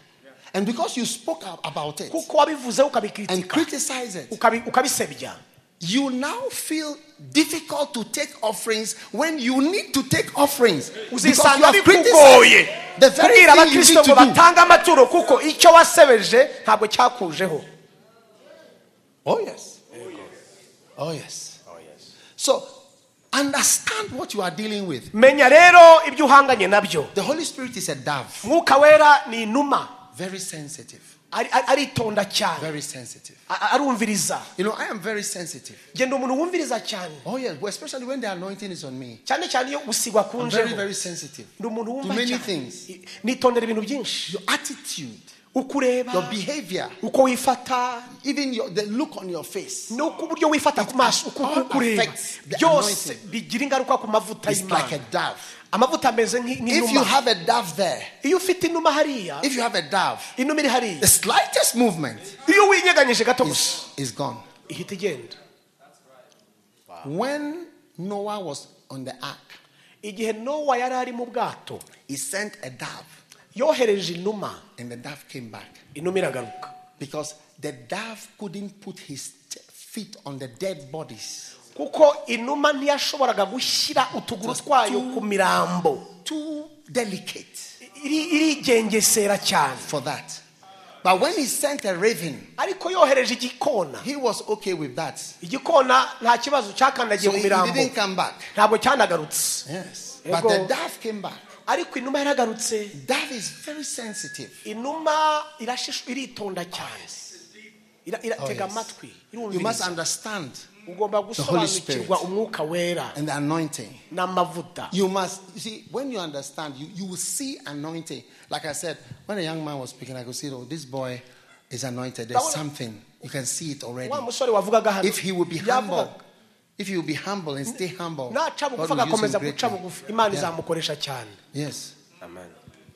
S1: And because you spoke ab- about it
S2: kuko wabivuze
S1: and
S2: ukabikritika
S1: criticized it,
S2: ukabi- ukabisebya
S1: you now feel difficult to take offerings when you need to take offerings. Because you
S2: uzisanga
S1: have
S2: bikugoye
S1: criticized the very
S2: kubwira
S1: thing you
S2: abakristo
S1: need
S2: ngo
S1: to do.
S2: batange amaturo kuko icyo wasebeje ntabwo cyakujeho
S1: Oh, yes. Oh, yes. Oh, yes. So, understand what you are dealing with.
S2: menya rero ibyo uhanganye nabyo
S1: The Holy Spirit is a dove,
S2: mwuka wera ni inuma
S1: very sensitive.
S2: Ari- ari- aritonda cyane
S1: Very sensitive.
S2: A- a- arumviriza
S1: You know, I am very sensitive.
S2: genda umuntu wumviriza cyane
S1: Oh, yes, well, especially when the anointing is on me.
S2: cyane cyane iyo gusigwa
S1: I'm very,
S2: kunjeho
S1: very sensitive.
S2: ni umuntu
S1: To
S2: wumva
S1: many
S2: cyane
S1: things.
S2: I- nitondera ibintu byinshi
S1: Your attitude,
S2: uko ureba
S1: your behavior,
S2: uko wifata
S1: even your, the look on your face.
S2: n'uko uburyo wifata ku maso uko
S1: all
S2: uko ureba
S1: affects the
S2: byose
S1: anointing.
S2: bigira ingaruka ku mavuta
S1: It's like a
S2: y'imana
S1: dove.
S2: amavuta ameze nk'i-
S1: If you
S2: nk'inuma
S1: have a dove there,
S2: iyo ufite inuma hariya
S1: if you have a dove,
S2: inuma iri hariya
S1: the slightest movement
S2: iyo winyeganyije gato gusa
S1: is, is gone.
S2: ihita igenda
S1: When Noah was on the ark,
S2: igihe nowa yari ari mu bwato
S1: he sent a dove,
S2: yohereje inuma
S1: and the dove came back
S2: inuma iragaruka
S1: because the dove couldn't put his t- feet on the dead bodies.
S2: kuko inuma ntiyashoboraga gushyira utuguru twayo ku mirambo
S1: Too delicate
S2: Iri- irigengesera cyane
S1: for that. But when he sent a raven,
S2: ariko yohereje igikona
S1: he was okay with that.
S2: igikona nta kibazo cyakandagiye
S1: So
S2: mu
S1: he, he
S2: mirambo
S1: didn't come back.
S2: ntabwo cyanagarutse
S1: Yes.
S2: There
S1: But
S2: you
S1: the
S2: go.
S1: dove came back.
S2: ariko inuma yaragarutse
S1: Dove is very sensitive.
S2: inuma irashishu iritonda cyane Ira- ira-
S1: Oh,
S2: tega
S1: yes.
S2: amatwi
S1: You must
S2: irumviriza
S1: understand
S2: ugomba gusobanukirwa
S1: Spirit.
S2: umwuka wera
S1: and the anointing.
S2: n'amavuta
S1: You must you see when you understand, you, you will see anointing. Like I said, when a young man was speaking, I could see, oh, this boy is anointed. There's
S2: That one-
S1: something you can see it already.
S2: wa musore wavugaga hano
S1: If he will be
S2: yavugaga-
S1: humble, if you will be humble and stay humble,
S2: naca
S1: God
S2: bugufi
S1: will use
S2: agakomeza
S1: him
S2: guca
S1: greatly.
S2: bugufi imana
S1: Yeah.
S2: izamukoresha cyane
S1: Yes,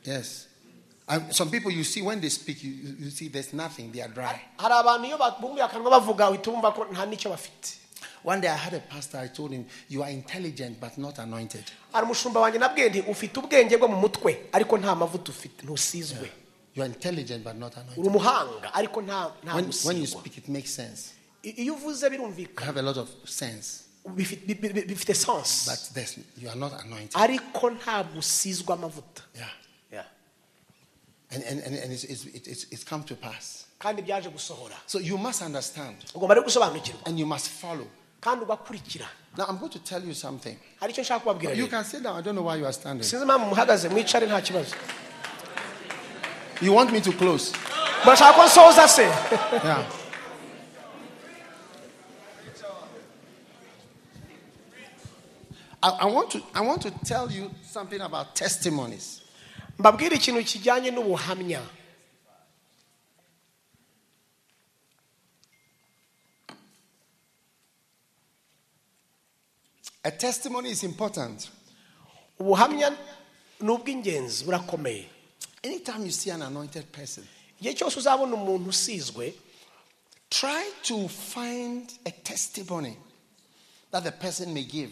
S1: yes. And some people you see when they speak, you, you you see there's nothing. They are dry.
S2: hari abantu iyo babumbuye akanwa bavuga uhita wumva ko nta n'icyo bafite
S1: One day I had a pastor. I told him, "You are intelligent but not anointed."
S2: hari umushumba wanjye nabwiye nti ufite ubwenge bwo mu mutwe ariko nta mavuta ufite ntusizwe
S1: You are intelligent but not anointed.
S2: uri umuhanga ariko nta nta
S1: When, when you
S2: gusigwa.
S1: speak, it makes sense.
S2: I- iyo uvuze
S1: You
S2: birumvikana
S1: have a lot of sense,
S2: bifi- bi- bi- bi- bifite sansi
S1: but there's, you are not anointed.
S2: ariko nta gusizwa amavuta
S1: Yeah. And, and, and, and it's, it's, it's, it's come to pass.
S2: kandi byaje gusohora
S1: So you must understand
S2: ugomba rero gusobanukirwa
S1: and you must follow.
S2: kandi ugakurikira
S1: Now, I'm going to tell you something.
S2: hari icyo nshaka kubabwira
S1: You
S2: rero.
S1: can sit down. I don't know why you are standing.
S2: sinzi impamvu muhagaze mwicare nta kibazo
S1: You want me to close?
S2: murashaka ko nsoza se *laughs*
S1: Yeah. I, I, want to, I want to tell you something about testimonies.
S2: mbabwire ikintu kijyanye n'ubuhamya
S1: A testimony is important.
S2: ubuhamya ni ubw'ingenzi burakomeye
S1: Anytime you see an anointed person,
S2: igihe cyose uzabona umuntu usizwe
S1: try to find a testimony that the person may give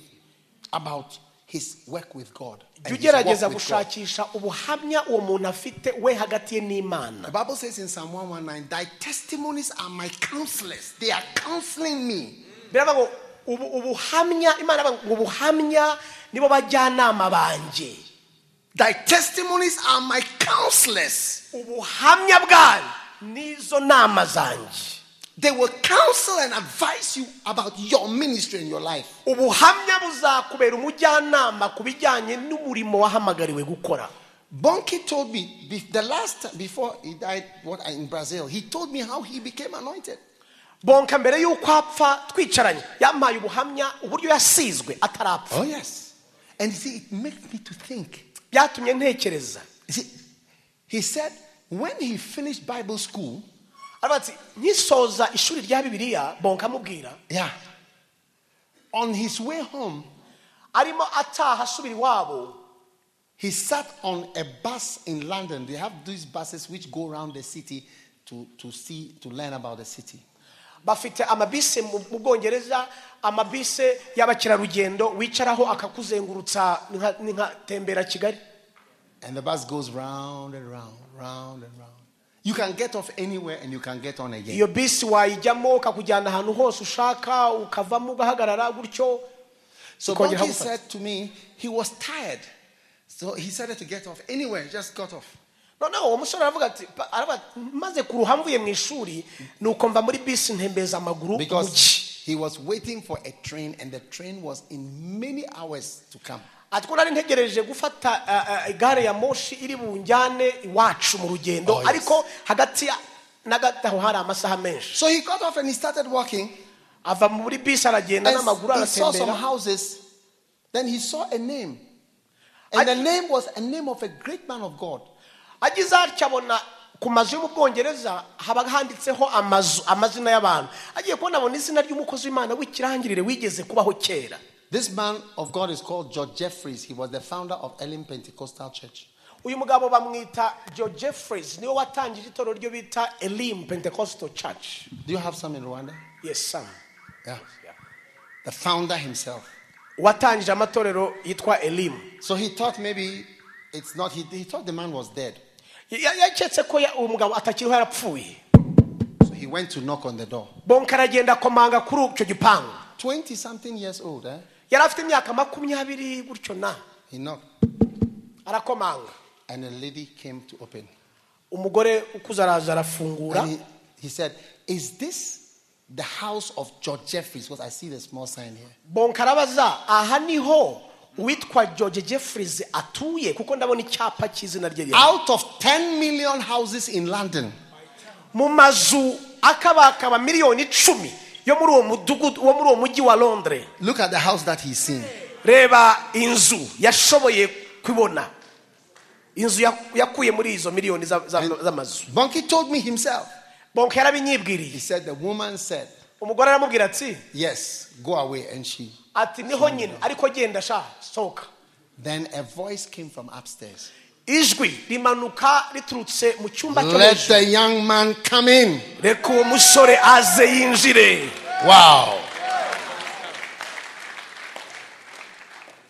S1: about his work with God.
S2: jya
S1: and his walk
S2: ugerageza
S1: with God.
S2: gushakisha ubuhamya uwo muntu afite we hagati ye n'imana
S1: The Bible says in Psalm 119, Thy testimonies are my counselors. They are counseling me.
S2: biravuga ngo ubu, ubuhamya imana iravuga ngo ubuhamya nibo bajyanama banjye
S1: Thy testimonies are my counselors.
S2: ubuhamya bwanyu nizo nama zanjye
S1: They will counsel and advise you about your ministry and your life.
S2: ubuhamya buzakubera umujyanama ku bijyanye n'umurimo wahamagariwe gukora
S1: Bonke told me be- the last time before he died what, uh, in Brazil, he told me how he became anointed.
S2: bonka mbere y'uko apfa twicaranye yampaye ubuhamya uburyo yasizwe atarapfa
S1: Oh, yes. And you see, it makes me to think.
S2: byatumye ntekereza
S1: You see, he said when he finished Bible school,
S2: aravuga ati nkisoza ishuri rya bibiliya bonka amubwira
S1: yeah, on his way home,
S2: arimo ataha asubira iwabo
S1: he sat on a bus in London. They have these buses which go around the city to, to see, to learn about the city.
S2: bafite amabise mu mu bwongereza amabise y'abakerarugendo wicaraho akakuzengurutsa ni nka- ni nka tembera kigali
S1: And the bus goes round and round, round and round. You can get off anywhere and you can get on again.
S2: iyo bisi wayijyamo ukakujyana ahantu hose ushaka ukavamo ugahagarara gutyo
S1: So
S2: Because you
S1: Bongi
S2: have-
S1: said to me, he was tired. So he said to get off anywhere, just got off.
S2: noneho uwo musore aravuga ati "Pa- aravuga ati, maze kuruha mvuye mu ishuri nuko mva muri bisi ntembeza amaguru umugi
S1: Because he was waiting for a train, and the train was in many hours to come.
S2: ati ko nari ntegereje gufata uh, uh, gare ya moshi iri bunjyane iwacu mu rugendo
S1: Oh, yes.
S2: ariko hagati ya- n'agati aho hari amasaha menshi
S1: So he got off and he started walking.
S2: ava muri bisi aragenda
S1: And
S2: n'amaguru
S1: he saw some
S2: aratembera
S1: houses. Then he saw a name. And the name was a name of a great man of God.
S2: ageze atyo abona ku mazu yo mu bwongereza haba handitseho amazu amazina y'abantu agiye kubona abona izina ry'umukozi w'imana w'ikirangirire wigeze kubaho kera
S1: This man of God is called George Jeffries. He was the founder of Ellen Pentecostal Church.
S2: uyu mugabo bamwita joe jeffries niwe watangije itorero ryo bita elim pentecostal church
S1: Do you have some in Rwanda?
S2: yes sam
S1: Yeah. The founder himself.
S2: watangije amatorero yitwa elimu
S1: So he thought maybe it's not, he, he thought the man was dead.
S2: Ya- yaketse ko ya- uwo mugabo atakiriho yarapfuye
S1: So he went to knock on the door.
S2: bonka aragenda akomanga kuri icyo gipangu
S1: 20 something years old, eh?
S2: yari afite imyaka makumyabiri gutyo na
S1: He knocked.
S2: arakomanga
S1: and a lady came to open.
S2: umugore ukuze araza arafungura
S1: And he, he said, Is this the house of George Jeffries? Because I see the small sign here.
S2: bonka arabaza aha niho uwitwa george jeffries atuye kuko ndabona icyapa cy'izina rye rihari.
S1: Out of 10 million houses in London,
S2: mu mazu akabakaba miliyoni icumi yo muri uwo mudugudu wo muri uwo mujyi wa londres
S1: look at the house that he's seen.
S2: reba inzu yashoboye kubona inzu ya- yakuye muri izo miliyoni za- za- z'amazu
S1: Bonky told me himself.
S2: bonka
S1: He
S2: yarabinyibwiriye
S1: said, The woman said,
S2: umugore aramubwira ati
S1: Yes, go away. And she.
S2: ati niho nyine ariko genda sha sohoka
S1: Then a voice came from upstairs.
S2: ijwi rimanuka riturutse mu cyumba cyo
S1: Let
S2: hejuru
S1: the young man come in.
S2: reka uwo musore aze yinjire
S1: Wow.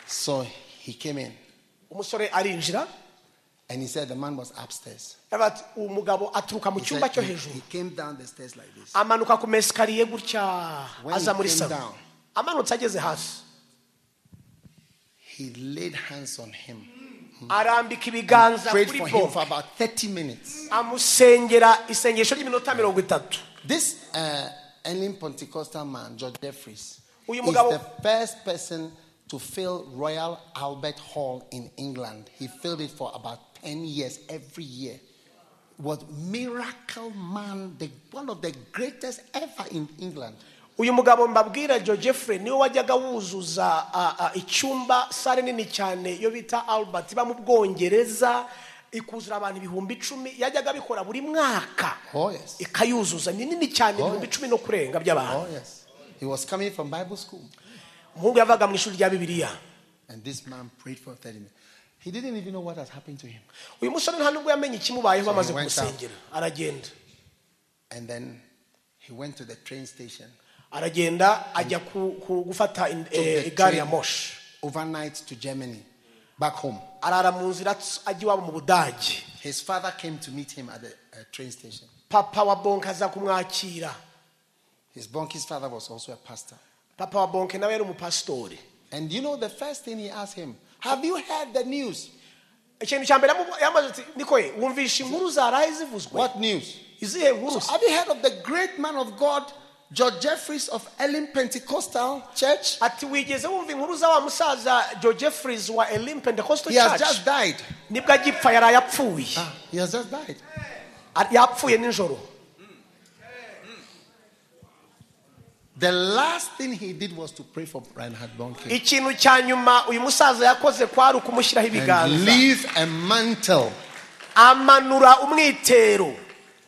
S1: So he came in
S2: umusore arinjira
S1: and he said the man was upstairs.
S2: aravuga ati uwo mugabo aturuka mu
S1: He,
S2: cyumba
S1: said
S2: cyo
S1: he-
S2: hejuru
S1: he came down the stairs like this.
S2: amanuka ku mesikariye gutya
S1: When
S2: aza
S1: he
S2: muri
S1: came
S2: salo
S1: down.
S2: amanutse ageze hasi
S1: He laid hands on him,
S2: arambika ibiganza
S1: prayed
S2: kuri
S1: for him
S2: bo
S1: for about 30 minutes.
S2: amusengera isengesho ry'iminota mirongo itatu
S1: This uh, Ellen Pentecostal man, George Jeffries,
S2: Uyu
S1: is
S2: mugabo-
S1: the first person to fill Royal Albert Hall in England. He filled it for about 10 years every year. Was miracle man, the, one of the greatest ever in England.
S2: uyu mugabo mbabwira jo jeffrey niwe wajyaga wuzuza a, a, icyumba sare nini cyane iyo bita albert iba mu bwongereza ikuzura abantu ibihumbi icumi yajyaga abikora buri mwaka
S1: Oh, yes.
S2: ikayuzuza ni nini cyane ibihumbi icumi no kurenga by'abantu
S1: Oh, yes. He was coming from Bible school.
S2: umuhungu yavaga mu ishuri rya bibiliya
S1: And this man prayed for 30 minutes. He didn't even know what had happened to him.
S2: uyu musore nta nubwo yamenye ikimubayeho
S1: So he
S2: bamaze
S1: went
S2: kumusengera aragenda
S1: And then he went to the train station.
S2: aragenda ajya ku, ku gufata in- eh,
S1: the
S2: igare ya
S1: train
S2: moshi
S1: Overnight to Germany, back home.
S2: arara mu nzira ats- ajya iwabo mu budage
S1: His father came to meet him at the uh, train station.
S2: papa wa bonke aza kumwakira
S1: His bonky's father was also a pastor.
S2: papa wa bonke nawe yari umupasitori
S1: And you know, the first thing he asked him, Have you heard the news?
S2: ikintu cya mbere yamu- yamaze ati nikoye wumvishe inkuru zaraye zivuzwe
S1: What news?
S2: izihe nkuru
S1: Have you heard of the great man of God, George Jeffries of Ellen Pentecostal Church?
S2: ati wigeze wumva inkuru za wa musaza joe jeffries wa elim pentecostal
S1: He has
S2: church
S1: just died.
S2: nibwo agipfa yaraye apfuye
S1: Ah, he has just died.
S2: Ar- yapfuye nijoro
S1: The last thing he did was to pray for Reinhard Bonke
S2: ikintu cya nyuma uyu musaza yakoze kwari ukumushyiraho
S1: and
S2: ibiganza
S1: leave a mantle.
S2: amanura umwitero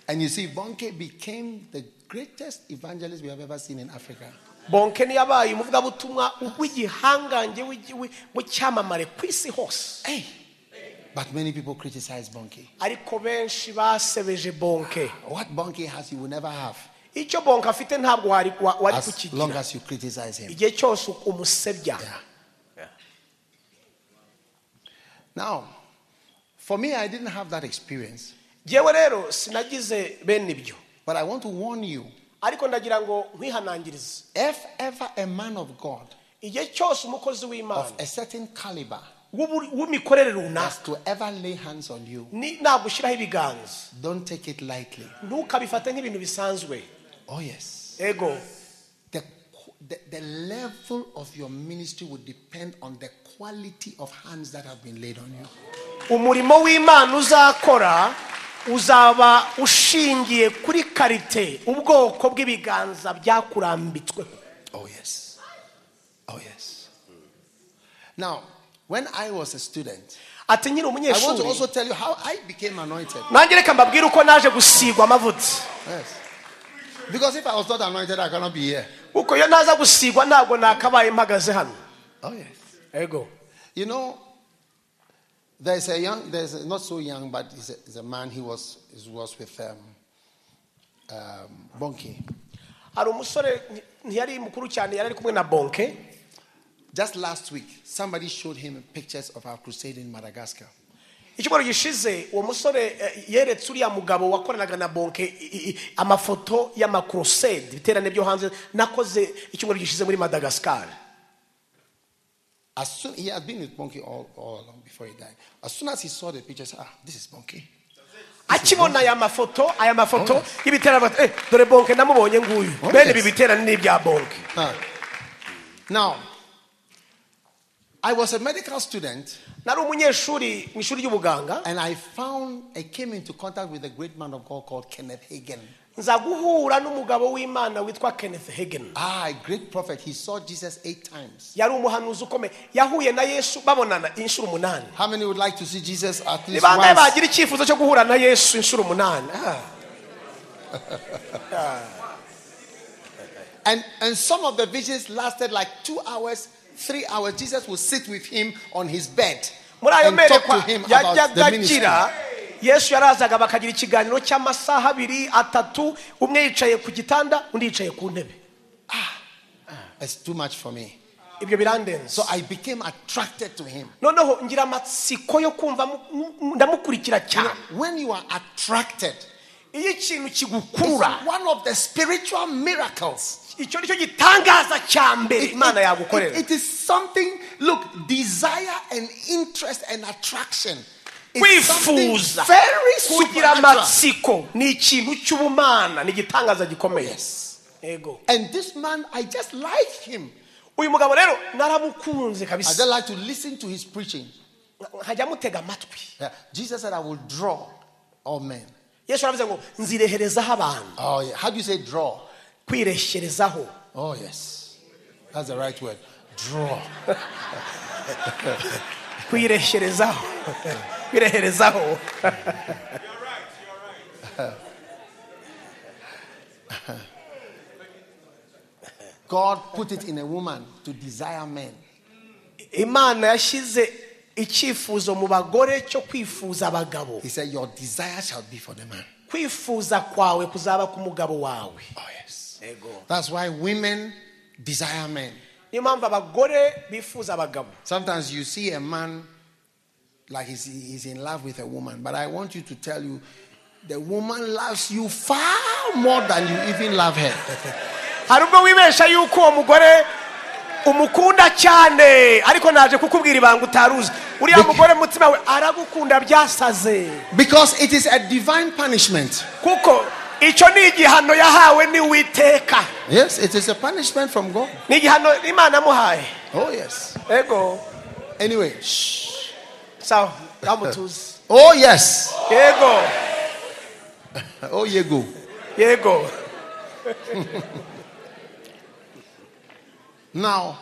S1: And you see, Bonke became the greatest evangelist we have ever seen in Africa.
S2: bonke ntiyabaye umuvugabutumwa w'igihangange w'igi- w'i- w'icyamamare ku isi hose
S1: Hey. But many people criticize Bonke.
S2: ariko benshi basebeje bonke
S1: What Bonke has, you will never have
S2: icyo bonke afite ntabwo wari wa- wari
S1: as long
S2: kukigira
S1: as you criticize him.
S2: igihe cyose umusebya
S1: Yeah. Now, for me, I didn't have that experience,
S2: yewe rero sinagize bene ibyo
S1: but I want to warn you
S2: ariko ndagira ngo nkwihanangirize
S1: if ever a man of God
S2: igihe cyose umukozi
S1: of
S2: w'imana
S1: a certain caliber
S2: w'ubu- w'imikorere
S1: has
S2: runaka
S1: to ever lay hands on you,
S2: ni- nagushyiraho ibiganza
S1: don't take it lightly.
S2: ntukabifate nk'ibintu bisanzwe
S1: Oh, yes.
S2: ego
S1: The, qu- the, the level of your ministry will depend on the quality of hands that have been laid on you.
S2: umurimo w'imana uzakora uzaba ushingiye kuri karite ubwoko bw'ibiganza byakurambitswe
S1: Oh, yes. Oh, yes. Now, when I was a student,
S2: ati nyiri
S1: I want to also
S2: umunyeshuri
S1: tell you how I became anointed.
S2: nange reka mbabwire uko naje gusigwa amavuta
S1: Yes. Because if I was not anointed, I cannot be here.
S2: kuko iyo naza gusigwa ntabwo nakabaye mpagaze hano
S1: Oh, yes.
S2: ego
S1: You know, there's a young, there's a, not so young, but he's a, he's a man, he was, he was with um, um, Bonky.
S2: hari umusore nti- ntiyari mukuru cyane yari ari kumwe na bonke
S1: Just last week, somebody showed him pictures of our crusade in Madagascar.
S2: icyumweru gishize uwo musore eh, yeretse uriya mugabo wakoranaga na bonke i- i- amafoto y'amakurusede ibiterane byo hanze nakoze icyumweru gishize muri madagascar
S1: As soon, he had been with Bonky all, all along before he died. As soon as he saw the pictures, ah, this is Bonky.
S2: akibona aya mafoto aya mafoto y'ibitera bavuga, "Eh, dore bonke namubonye nguyu
S1: Oh,
S2: bene
S1: yes.
S2: ibi biterane ni ibya bonke
S1: Huh. Ah. Now, I was a medical student
S2: nari umunyeshuri mu ishuri ry'ubuganga
S1: and I found, I came into contact with a great man of God called Kenneth Hagin.
S2: nza guhura n'umugabo w'imana witwa kenneth hagen
S1: Ah, a great prophet. He saw Jesus eight times.
S2: yari umuhanuzi ukomeye yahuye na yesu babonana inshuro umunani
S1: How many would like to see Jesus at
S2: ni
S1: least
S2: bangahe
S1: once?
S2: bagira icyifuzo cyo guhura na yesu inshuro umunani Ah.
S1: And, and some of the visions lasted like two hours, three hours. Jesus would sit with him on his bed
S2: muri ayo
S1: and talk to
S2: merekwa
S1: him about
S2: yajyaga
S1: the ministry.
S2: agira yesu yarazaga bakagira ikiganiro cy'amasaha abiri atatu umwe yicaye ku gitanda undi yicaye ku ntebe
S1: It's too much for me.
S2: ibyo birandenze
S1: So I became attracted to him.
S2: noneho ngira amatsiko yo kumva mu- mu- ndamukurikira cyane
S1: When you are attracted,
S2: iyo ikintu
S1: it's
S2: kigukurura
S1: one of the spiritual miracles.
S2: icyo ni cyo gitangaza cya mbere
S1: It-
S2: imana
S1: it-
S2: yagukorera
S1: it- it is something, look, desire and interest and attraction. is something
S2: kwifuza
S1: very
S2: kugira
S1: supernatural.
S2: amatsiko ni ikintu cy'ubumana ni igitangaza gikomeye yego
S1: And this man, I just like him.
S2: uyu mugabo rero naramukunze
S1: I
S2: kabisa
S1: just like to listen to his preaching.
S2: nkajya mutega amatwi
S1: Yeah. Jesus said, I will draw all men.
S2: yesu aravuze ngo nzireherezaho abantu
S1: Oh, yeah. How do you say draw?
S2: kwireshyerezaho
S1: Oh, yes. That's the right word. Draw.
S2: *laughs* kwireshyerezaho kwireherezaho
S1: God put it in a woman to desire men.
S2: imana yashyize icyifuzo mu bagore cyo kwifuza abagabo
S1: He said, Your desire shall be for the man.
S2: kwifuza kwawe kuzaba ku mugabo wawe
S1: Oh, yes. That's why women desire men.
S2: niyo mpamvu abagore bifuza abagabo
S1: Sometimes you see a man like he's, he's in love with a woman, but I want you to tell you the woman loves you far more than you even love her.
S2: hari ubwo wibesha yuko uwo mugore umukunda cyane ariko naje kukubwira ibanga utaruzi uriya mugore mutima we aragukunda byasaze
S1: Because it is a divine punishment.
S2: kuko icyo ni igihano yahawe n'uwiteka
S1: Yes, it is a punishment from God.
S2: ni igihano imana amuhaye
S1: Oh, yes.
S2: yego
S1: Anyway, shh.
S2: sawa ngaho mutuze
S1: Oh, yes.
S2: yego
S1: Oh, yeah, go.
S2: yego
S1: Now,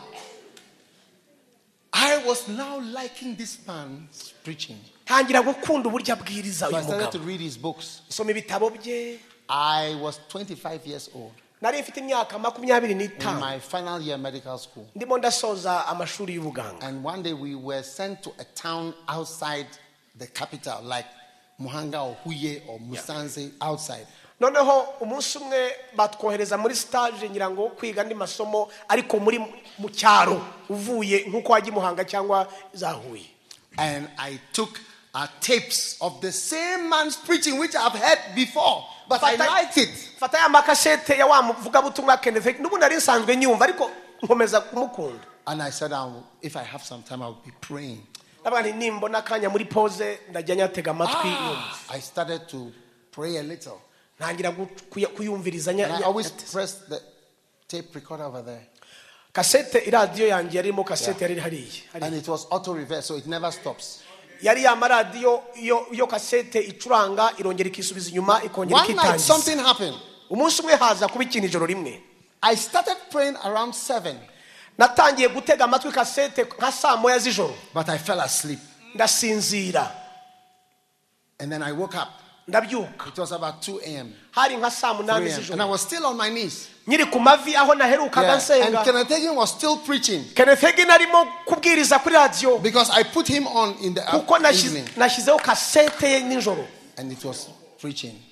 S1: I was now liking this man's preaching.
S2: ntangira gukunda uburyo abwiriza
S1: So I
S2: uyu
S1: started to
S2: mugabo
S1: read his books.
S2: soma ibitabo bye
S1: I was 25 years old
S2: nari mfite imyaka makumyabiri
S1: in
S2: n'itanu
S1: my final year medical school.
S2: ndimo ndasoza amashuri y'ubuganga
S1: And one day we were sent to a town outside the capital, like Muhanga or Huye or Musanze, outside.
S2: noneho umunsi umwe batwohereza muri stage ngira ngo kwiga andi masomo ariko muri mu cyaro uvuye nk'uko wajya i muhanga cyangwa za huye
S1: And I took uh, tapes of the same man's preaching, which I've heard before, but I liked it.
S2: fata ya makasete ya wa muvugabutumwa kenneth n'ubundi nari nsanzwe nyumva ariko nkomeza kumukunda
S1: And I said, I'll, if I have some time, I'll be praying.
S2: ndavuga nti nimbona akanya muri pose ndajya nyatega amatwi yumva.
S1: Ah, I started to pray a little.
S2: ntangira gu- kuya- kuyumviriza nya-
S1: And I
S2: nya-
S1: always
S2: nyate-
S1: press the tape recorder over there.
S2: kasete iradiyo yanjye yarimo kasete yari hariya
S1: And
S2: hariya.
S1: it was auto reverse, so it never stops.
S2: yari ya maradiyo iyo iyo kasete icuranga irongera ikisubiza inyuma ikongera
S1: One night,
S2: ikitangiza
S1: something happened.
S2: umunsi umwe haza kuba ikintu ijoro rimwe
S1: I started praying around seven,
S2: natangiye gutega amatwi kasete nka saa moya z'ijoro
S1: but I fell asleep.
S2: ndasinzira
S1: And then I woke up.
S2: ndabyuka
S1: It was about 2 a.m.
S2: hari nka saa
S1: 3
S2: munani
S1: a.m. And I
S2: z'ijoro
S1: was still on my knees.
S2: nkiri ku mavi aho naherukaga
S1: And
S2: nsenga
S1: Kenneth Hagin was still preaching
S2: kenefegi narimo kubwiriza kuri radiyo
S1: because I put him on in the
S2: kuko
S1: uh,
S2: nashyize-
S1: evening.
S2: nashyizeho kasete ye nijoro
S1: And it was preaching. He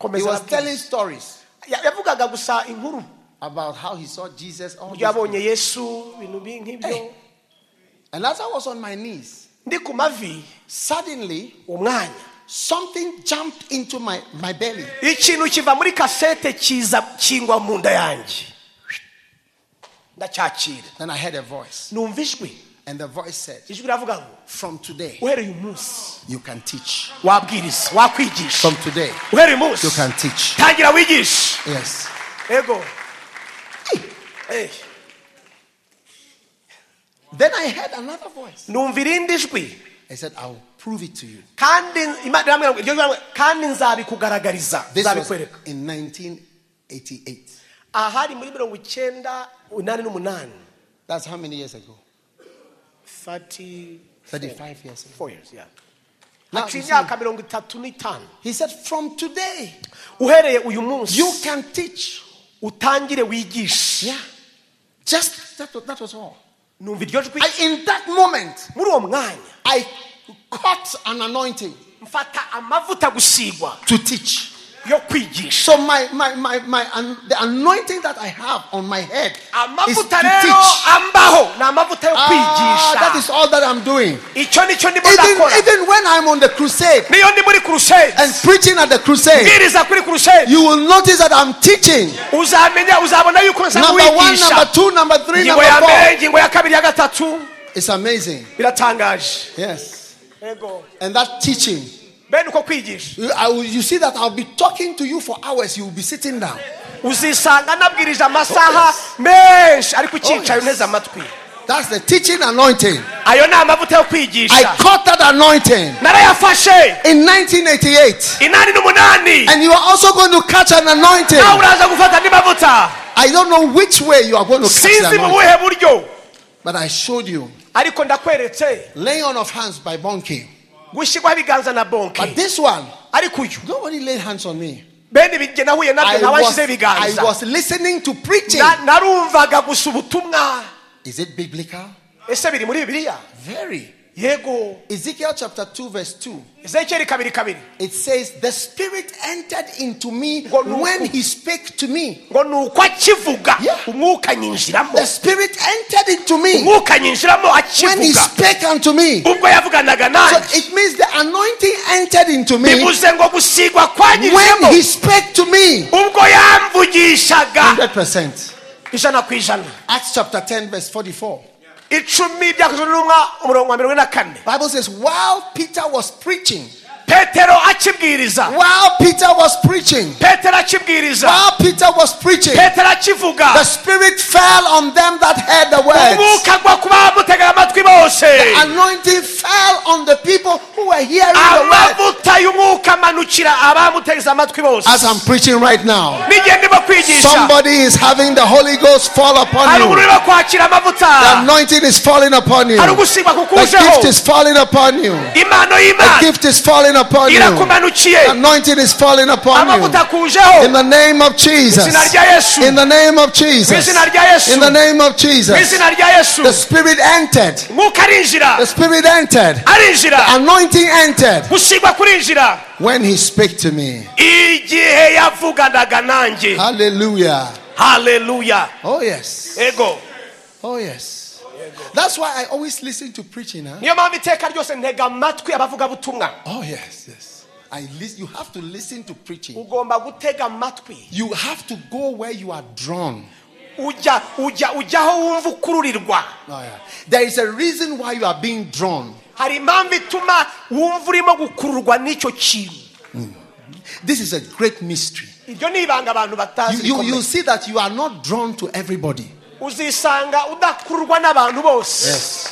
S2: komeza
S1: was
S2: arabwiriza.
S1: telling stories
S2: Ya- yavugaga gusa inkuru
S1: about how he saw Jesus. All
S2: uburyo
S1: these
S2: yabonye yesu ibintu bi- nk'ibyo
S1: Hey. And as I was on my knees,
S2: ndi ku mavi
S1: suddenly
S2: uwo mwanya
S1: something jumped into my, my belly.
S2: ikintu kiva muri kasete kiza kingwa mu nda yanjye ndacyakira
S1: Then I heard a voice.
S2: numva ijwi
S1: And the voice said,
S2: ijwi riravuga ngo
S1: From today,
S2: uhereye uyu munsi
S1: you can teach.
S2: wabwiriza wakwigisha
S1: From today,
S2: uhereye uyu munsi
S1: you can teach.
S2: tangira wigishe
S1: Yes.
S2: ego Eh,
S1: Then I heard another voice.
S2: numva irindi jwi
S1: I said, I'll prove it to you.
S2: kandi Imana irambwira ngo- iryo jwi irambwira ngo, kandi nzabikugaragariza
S1: This was in
S2: nzabikwereka
S1: 1988.
S2: ahari muri mirongo icyenda unani n'umunani
S1: That's how many years ago?
S2: 30
S1: 35 years ago.
S2: four years, yeah.
S1: Now,
S2: haciye
S1: you see,
S2: imyaka mirongo itatu n'itanu
S1: he said, From today,
S2: uhereye uyu munsi
S1: you can teach.
S2: utangire wigishe
S1: Yeah. Just that, was- that was all.
S2: numva iryo jwi
S1: I, in that moment,
S2: muri uwo mwanya
S1: I caught an anointing
S2: mfata amavuta gusigwa
S1: to teach.
S2: yo kwigisha
S1: So my, my, my, my an- the anointing that I have on my head is to
S2: amavuta rero
S1: teach.
S2: ambaho ni amavuta yo
S1: Ah, that is
S2: kwigisha
S1: all that I'm doing.
S2: icyo nicyo ndimo
S1: Even,
S2: ndakora
S1: even when I'm on the crusade
S2: niyo ndi muri kurusheyi
S1: and preaching at the crusade,
S2: bwiriza kuri kurusheyi
S1: you will notice that I'm teaching.
S2: uzamenya uzabona yuko nsa
S1: Number one, number
S2: kuwigisha
S1: two, number three,
S2: ingingo ya
S1: number
S2: mbere
S1: four.
S2: ingingo ya kabiri ya gatatu
S1: It's amazing.
S2: biratangaje
S1: Yes.
S2: yego
S1: And that teaching,
S2: bene uko kwigisha
S1: you, I will, you see that I'll be talking to you for hours. You'll be sitting down.
S2: uzisanga nabwirije amasaha menshi ariko ukicaye
S1: Oh, yes.
S2: uneze amatwi
S1: That's the teaching anointing.
S2: ayo ni amavuta yo
S1: I
S2: kwigisha
S1: caught that anointing
S2: narayafashe
S1: in 1988.
S2: inani n'umunani
S1: And you are also going to catch an anointing.
S2: nawe uraza gufata andi mavuta
S1: I don't know which way you are going to catch the
S2: sinzi mu
S1: anointing.
S2: buhe buryo
S1: But I showed you
S2: ariko ndakweretse
S1: laying on of hands by Bonke.
S2: gushyirwaho ibiganza na
S1: But
S2: bonke
S1: this one,
S2: ariko uyu
S1: nobody laid hands on me.
S2: bene ibigeni nahuye nabyo
S1: I
S2: ntawe
S1: was,
S2: ashyizeho
S1: I
S2: ibiganza
S1: was listening to preaching.
S2: Na- narumvaga gusa ubutumwa
S1: Is it biblical?
S2: ese biri muri bibiliya
S1: Very.
S2: yego
S1: Ezekiel chapter 2, verse 2.
S2: ezekiyeli kabiri kabiri
S1: It says, The Spirit entered into me
S2: Ngo nuko-
S1: when He spake to me.
S2: ngo ni uko akivuga
S1: Yeah.
S2: umwuka anyinjiramo
S1: The Spirit entered into me
S2: umwuka anyinjiramo
S1: when He
S2: akivuga
S1: spake unto me.
S2: ubwo yavuganaga
S1: So
S2: nanjye
S1: it means the anointing entered into me
S2: bivuze ngo gusigwa kwanyinjiramo
S1: when He spake to me.
S2: ubwo yamvugishaga
S1: 100%.
S2: ijana ku ijana
S1: Acts chapter 10, verse 44.
S2: icumi byakozwe n'umwa umurongo wa mirongo ine na kane
S1: Bible says, while Peter was preaching,
S2: petero akibwiriza
S1: while Peter was preaching,
S2: petero akibwiriza
S1: while Peter was preaching,
S2: petero akivuga
S1: the Spirit fell on them that heard the words.
S2: umwuka agwa ku bamutegera amatwi bose
S1: Anointing fell on the people who were hearing the word.
S2: amavuta y'umwuka amanukira abamutegeza amatwi bose
S1: As I'm preaching right now,
S2: n'igihe ndimo kwigisha
S1: somebody is having the Holy Ghost fall upon
S2: hari umuntu
S1: you.
S2: urimo kwakira amavuta
S1: The anointing is falling upon you.
S2: hari ugusigwa
S1: The gift
S2: kukujeho
S1: is falling upon you.
S2: impano
S1: The
S2: y'imana
S1: gift is falling upon you.
S2: irakumanukiye
S1: The anointing is falling upon you.
S2: amavuta akujeho
S1: In the name of
S2: mu izina
S1: Jesus.
S2: rya yesu
S1: In the name of
S2: mu
S1: Jesus.
S2: izina rya yesu
S1: In the name of
S2: mu
S1: Jesus.
S2: izina rya yesu
S1: The Spirit entered.
S2: umwuka arinjira
S1: The Spirit entered.
S2: arinjira
S1: Anointing entered
S2: gusigwa kurinjira
S1: when He spake to me.
S2: igihe yavuganaga nanjye
S1: Hallelujah.
S2: haleluya
S1: Oh, yes.
S2: ego
S1: Oh, yes. That's why I always listen to preaching. Huh?
S2: niyo mpamvu iteka ryose ntega amatwi abavugabutumwa
S1: Oh, yes, yes. Oh. I lis- you have to listen to preaching.
S2: ugomba gutega amatwi
S1: You have to go where you are drawn.
S2: ujya ujya ujyaho wumva ukururirwa
S1: Oh, yeah. There is a reason why you are being drawn.
S2: hari impamvu ituma wumva urimo gukururwa n'icyo kintu
S1: This is a great mystery.
S2: iryo ni ibanga abantu
S1: You,
S2: batazi
S1: you, you
S2: rikomeye.
S1: see that you are not drawn to everybody.
S2: uzisanga udakururwa n'abantu bose
S1: Yes.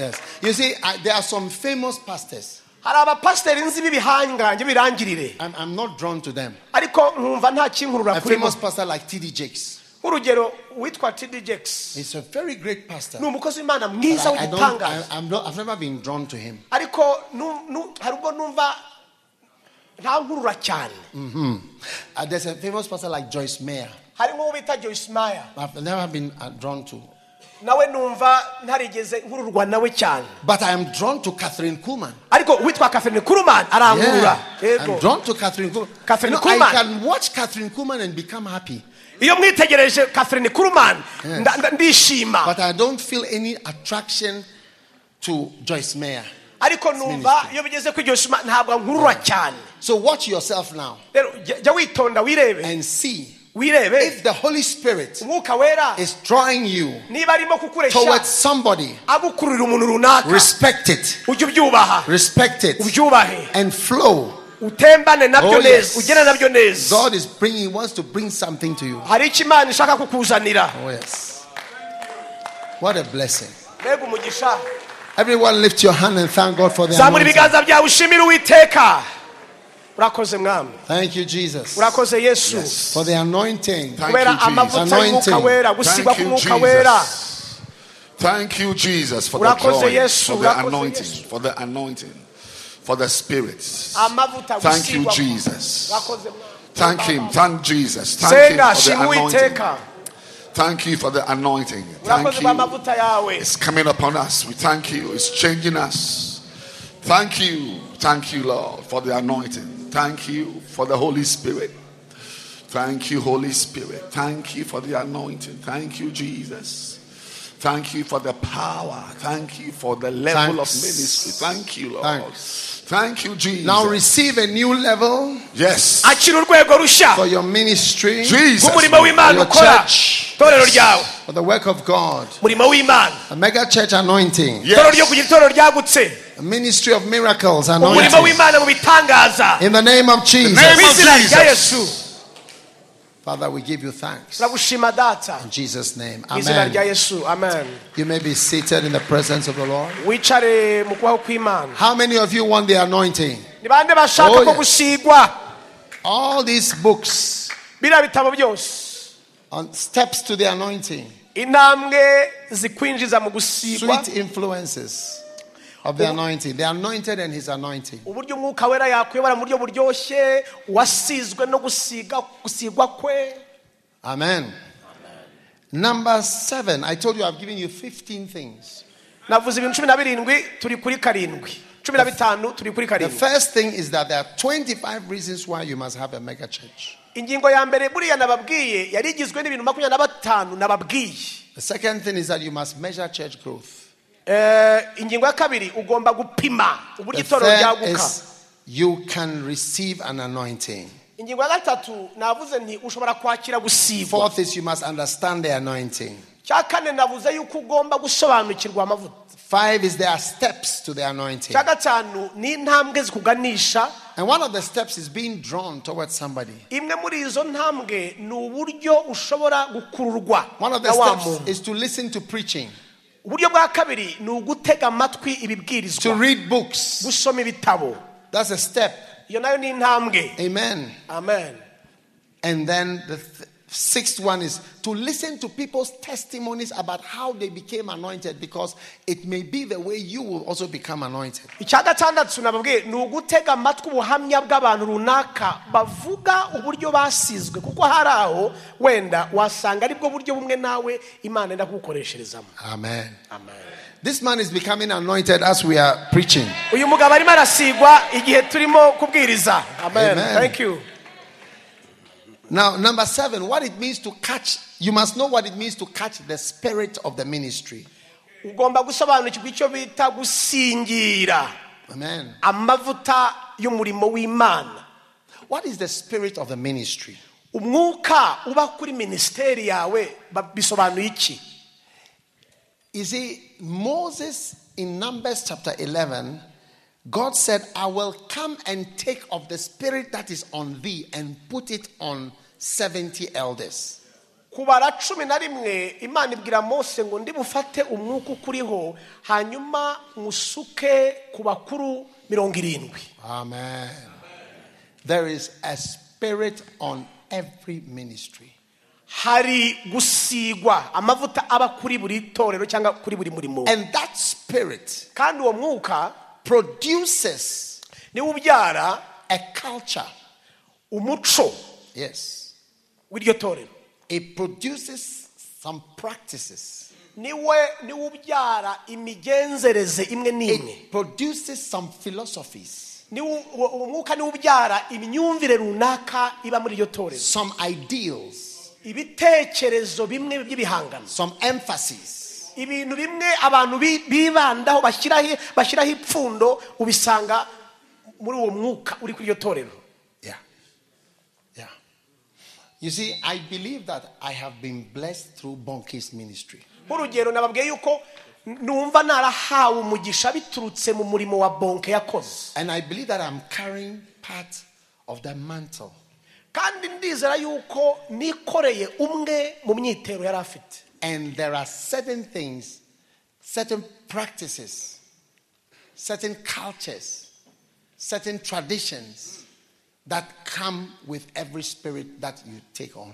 S1: Yes. You see, I, there are some famous pastors.
S2: hari abapasiteri nzi b'ibihangange birangirire
S1: I'm, I'm not drawn to them.
S2: ariko nkumva nta kinkurura
S1: A
S2: kuri bo
S1: famous pastor like T.D. Jakes.
S2: nk'urugero witwa td jakes
S1: He's a very great pastor.
S2: ni umukozi w'imana
S1: But
S2: mwiza
S1: I, I don't,
S2: w'igitangaza
S1: I, I'm not, I've never been drawn to him.
S2: ariko nu- nu- hari ubwo numva nta nkurura cyane
S1: Uh, there's a famous pastor like Joyce Mayer.
S2: hari nk'uwo bita joyce maya
S1: I've never been uh, drawn to.
S2: nawe numva ntarigeze nkururwa nawe cyane
S1: But I am drawn to Catherine Kuhlman.
S2: ariko witwa catherine kurumani arankurura
S1: I'm
S2: yego
S1: drawn to Catherine Kuhlman.
S2: Catherine
S1: you know,
S2: Kuhlman.
S1: I can watch Catherine Kuhlman and become happy.
S2: iyo mwitegereje catherine kurumani
S1: Yes.
S2: nda- nda- ndishima
S1: But I don't feel any attraction to Joyce Mayer.
S2: ariko numva iyo bigeze kuri joyce maya ntabwo nkurura cyane
S1: So watch yourself now
S2: rero jya- jya witonda wirebe
S1: and see
S2: wirebe
S1: If the Holy Spirit
S2: umwuka wera
S1: is drawing you
S2: niba arimo kukureshya
S1: towards somebody,
S2: agukururira umuntu runaka
S1: respect it.
S2: ujye ubyubaha
S1: Respect it.
S2: ubyubahe
S1: And flow.
S2: utembane nabyo
S1: Oh, yes.
S2: neza ugene nabyo neza
S1: God is bringing, He wants to bring something to you.
S2: hari icyo imana ishaka kukuzanira
S1: Oh, yes. What a blessing.
S2: mbega umugisha
S1: Everyone lift your hand and thank God for the
S2: zamura
S1: anointing.
S2: ibiganza byawe ushimire uwiteka urakoze mwami
S1: Thank you, Jesus.
S2: urakoze yesu
S1: For the anointing.
S3: Thank you,
S2: kubera
S3: Jesus.
S2: amavuta
S1: Anointing.
S2: y'umwuka wera gusigwa
S3: Thank you,
S2: k'umwuka wera
S3: Jesus. Thank you, Jesus, for the
S2: Urakoze
S3: joy,
S2: Yesu,
S3: for the
S2: urakoze
S3: anointing,
S2: Yesu.
S3: for the anointing, for the spirit.
S2: amavuta
S3: Thank you,
S2: gusigwa
S3: Jesus.
S2: urakoze mwami
S3: Thank him. Thank Jesus. Thank him
S2: senga
S3: for
S2: shima
S3: the anointing.
S2: uwiteka
S3: Thank you for the anointing. Thank
S2: urakoze kwa
S3: you.
S2: amavuta yawe
S3: It's coming upon us. We thank you. It's changing us. Thank you. Thank you, Lord, for the anointing. Thank you for the Holy Spirit. Thank you, Holy Spirit. Thank you for the anointing. Thank you, Jesus. Thank you for the power. Thank you for the level of
S1: Thanks.
S3: ministry. Thank you, Lord.
S1: Thanks.
S3: Thank you, Jesus.
S1: Now receive a new level
S3: yes.
S2: akira urwego rushya
S1: for your ministry,
S3: Jesus.
S2: bw'umurimo w'imana
S1: Your
S2: ukora
S1: church.
S2: itorero ryawe
S1: for the work of God.
S2: umurimo w'imana
S1: A mega church anointing.
S2: itorero ryo kugira itorero ryagutse
S1: A ministry of miracles
S2: umurimo
S1: anointing.
S2: w'imana mu bitangaza
S1: In the name of
S3: name
S1: Jesus.
S3: of-
S2: mu izina
S3: Jesus.
S2: rya yesu
S1: Father, we give you thanks.
S2: turagushima data
S1: In Jesus' name.
S2: mu izina rya
S1: Amen.
S2: yesu amen
S1: You may be seated in the presence of the Lord.
S2: wicare mu kubaho kw'imana
S1: How many of you want the anointing?
S2: ni bande bashaka
S1: Oh,
S2: ko
S1: yes.
S2: gusigwa
S1: All these books
S2: biriya bitabo byose
S1: on steps to the anointing,
S2: intambwe zikwinjiza mu gusigwa
S1: sweet influences of the anointing, the anointed and his anointing.
S2: uburyo umwuka wera yakuyobora mu buryo buryoshye wasizwe no gusiga gusigwa kwe
S1: Amen. Number seven, I told you I've given you 15 things.
S2: navuze ibintu cumi na birindwi turi kuri karindwi cumi na bitanu turi kuri
S1: The
S2: karindwi
S1: first thing is that there are 25 reasons why you must have a mega church.
S2: ingingo ya mbere buriya nababwiye yari igizwe n'ibintu makumyabiri na batanu nababwiye
S1: The second thing is that you must measure church growth.
S2: Eh, ingingo ya kabiri ugomba gupima uburyo
S1: The
S2: itorero
S1: third
S2: ryaguka
S1: is you can receive an anointing.
S2: ingingo ya gatatu navuze nti ushobora kwakira gusigwa
S1: Fourth is you must understand the anointing.
S2: cya kane navuze yuko ugomba gusobanukirwa amavuta
S1: Five is there are steps to the anointing.
S2: cya gatanu ni intambwe zikuganisha
S1: And one of the steps is being drawn towards somebody.
S2: imwe muri izo ntambwe ni uburyo ushobora gukururwa
S1: One of the
S2: na wa
S1: steps
S2: muntu
S1: is to listen to preaching,
S2: uburyo bwa kabiri ni ugutega amatwi
S1: to
S2: ibibwirizwa
S1: read books.
S2: gusoma ibitabo
S1: That's a step.
S2: iyo nayo ni intambwe
S1: Amen.
S2: amen
S1: And then the th- sixth one is to listen to people's testimonies about how they became anointed because it may be the way you will also become anointed.
S2: icya gatandatu nababwiye ni ugutega amatwi ubuhamya bw'abantu runaka bavuga uburyo basizwe kuko hari aho wenda wasanga aribwo buryo bumwe nawe imana yenda kugukoresherezamo
S1: Amen. This man is becoming anointed as we are preaching.
S2: uyu mugabo arimo arasigwa igihe turimo kubwiriza amen
S1: Amen.
S2: thank you
S1: Now, number seven, what it means to catch, you must know what it means to catch the spirit of the ministry.
S2: ugomba gusobanukirwa icyo bita gusingira
S1: Amen.
S2: amavuta y'umurimo w'imana
S1: What is the spirit of the ministry?
S2: umwuka uba kuri minisiteri yawe ba- bisobanuye iki
S1: You see, Moses in Numbers chapter 11, God said, I will come and take of the spirit that is on thee and put it on 70 elders.
S2: kubara cumi na rimwe imana ibwira mose ngo ndi bufate umwuka ukuriho hanyuma musuke ku bakuru mirongo irindwi
S1: Amen. There is a spirit on every ministry.
S2: hari gusigwa amavuta aba kuri buri torero cyangwa kuri buri murimo
S1: And that spirit
S2: kandi uwo mwuka
S1: produces
S2: niwo ubyara
S1: a culture.
S2: umuco
S1: Yes.
S2: w'iryo torero
S1: It produces some practices,
S2: niwe niwe ubyara imigenzereze imwe n'imwe
S1: it produces some philosophies.
S2: niwo uwo- uwo mwuka niwo ubyara imyumvire runaka iba muri iryo torero
S1: some ideals,
S2: ibitekerezo bimwe by'ibihangano
S1: some emphasis.
S2: ibintu bimwe abantu bi- bibandaho bashyiraho bashyiraho ipfundo ubisanga muri uwo mwuka uri kuri iryo torero
S1: Yeah. Yeah. You see, I believe that I have been blessed through Bonke's ministry.
S2: nk'urugero nababwiye yuko numva narahawe umugisha biturutse mu murimo wa bonke yakoze
S1: And I believe that I'm carrying part of that mantle.
S2: kandi ndizera yuko nikoreye umwe mu myitero yari afite
S1: And there are certain things, certain practices, certain cultures, certain traditions that come with every spirit that you take on.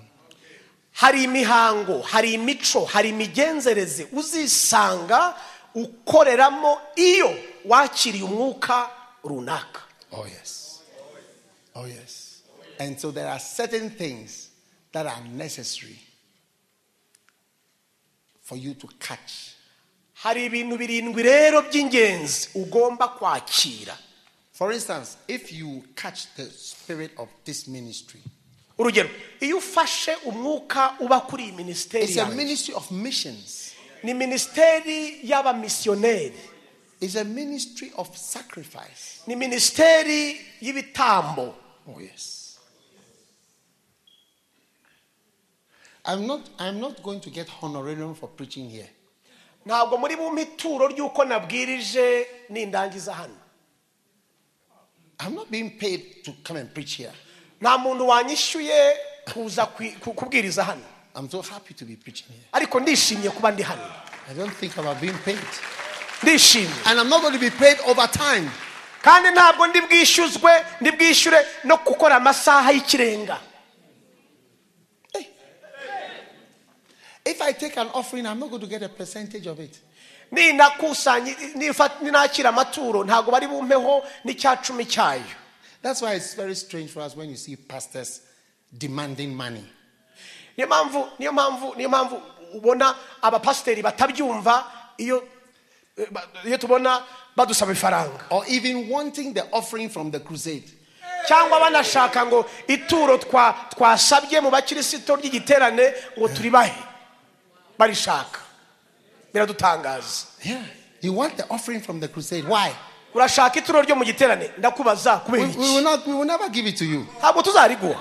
S2: hari imihango hari imico hari imigenzereze uzisanga ukoreramo iyo wakiriye umwuka runaka
S1: Oh, yes. Oh, yes. And so there are certain things that are necessary for you to catch.
S2: hari ibintu birindwi rero by'ingenzi ugomba kwakira
S1: For instance, if you catch the spirit of this ministry,
S2: urugero iyo ufashe umwuka uba kuri iyi minisiteri
S1: it's a
S2: yanjye,
S1: ministry of missions,
S2: ni minisiteri y'abamisiyoneri
S1: it's a ministry of sacrifice.
S2: ni minisiteri y'ibitambo
S1: Oh, yes. I'm not, I'm not going to get honorarium for preaching here.
S2: ntabwo muri bumpe ituro ry'uko nabwirije nindangiza hano
S1: I'm not being paid to come and preach here.
S2: nta muntu wanyishyuye kuza kwi- ku- kubwiriza hano
S1: I'm so happy to be preaching here.
S2: ariko ndishimye kuba ndi hano
S1: I don't think about being paid.
S2: ndishimye
S1: And I'm not going to be paid over time.
S2: kandi ntabwo ndi bwishyuzwe ndi bwishyure no gukora amasaha y'ikirenga
S1: If I take an offering, I'm not going to get a percentage of it.
S2: ninakusanya nifa- ninakira amaturo ntabwo bari bumpeho n'icya cumi cyayo
S1: That's why it's very strange for us when you see pastors demanding money.
S2: niyo mpamvu niyo mpamvu niyo mpamvu ubona abapasiteri batabyumva iyo eh, ba- iyo tubona badusaba ifaranga
S1: or even wanting the offering from the crusade.
S2: cyangwa banashaka ngo ituro twa twasabye mu bakirisito ry'igiterane ngo turibahe barishaka biradutangaza
S1: Yeah. You want the offering from the crusade. Why?
S2: urashaka ituro ryo mu giterane ndakubaza
S1: We,
S2: kubera
S1: we
S2: iki
S1: will not, we will never give it to you.
S2: ntabwo tuzariguha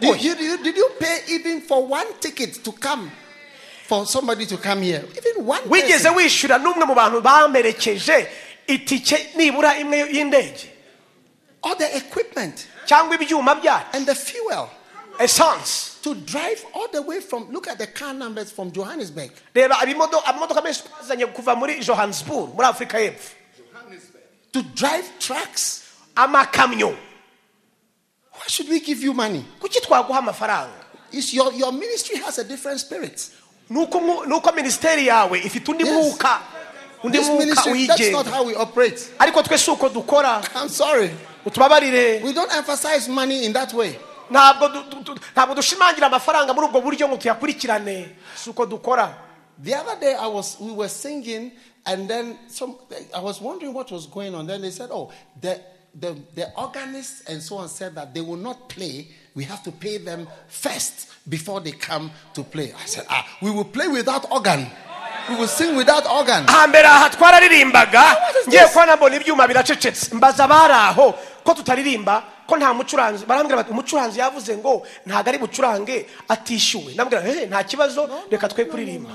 S1: You- you- you- did you pay even for one ticket to come? For somebody to come here? Even one
S2: wigeze
S1: person?
S2: wishyura n'umwe mu bantu bamperekeje itike nibura imwe y'indege
S1: Or the equipment
S2: cyangwa ibyuma byacu
S1: and the fuel
S2: esanse
S1: to drive all the way from, look at the car numbers from Johannesburg.
S2: reba abimodo- amamodoka menshi twazanye kuva muri johannesburg muri afurika y'epfo
S1: To drive trucks.
S2: amakamyo
S1: Why should we give you money?
S2: kuki twaguha amafaranga
S1: It's your, your ministry has a different spirit.
S2: nuko umwu- nuko minisiteri yawe ifite undi
S1: Yes.
S2: mwuka undi
S1: This
S2: mwuka
S1: ministry, that's not
S2: uyigenga
S1: how we operate.
S2: ariko twe si uko dukora
S1: I'm sorry.
S2: utubabarire
S1: We don't emphasize money in that way.
S2: ntabwo du- du- du- ntabwo dushimangira amafaranga muri ubwo buryo ngo tuyakurikirane si uko dukora
S1: The other day I was we were singing and then some I was wondering what was going on. Then they said, Oh, the the, the organist and so on said that they will not play. We have to pay them first before they come to play. I said, Ah, we will play without organ. We will sing without organ.
S2: hambere aha twararimbaga
S1: What is
S2: ngiye
S1: this?
S2: kuba nabona ibyuma biracecetse mbaza abari aho ko tutaririmba ko nta mucuranzi barambwira bati umucuranzi yavuze ngo ntabwo ari bucurange atishyuwe nabwira hehe nta kibazo reka twe kuririmba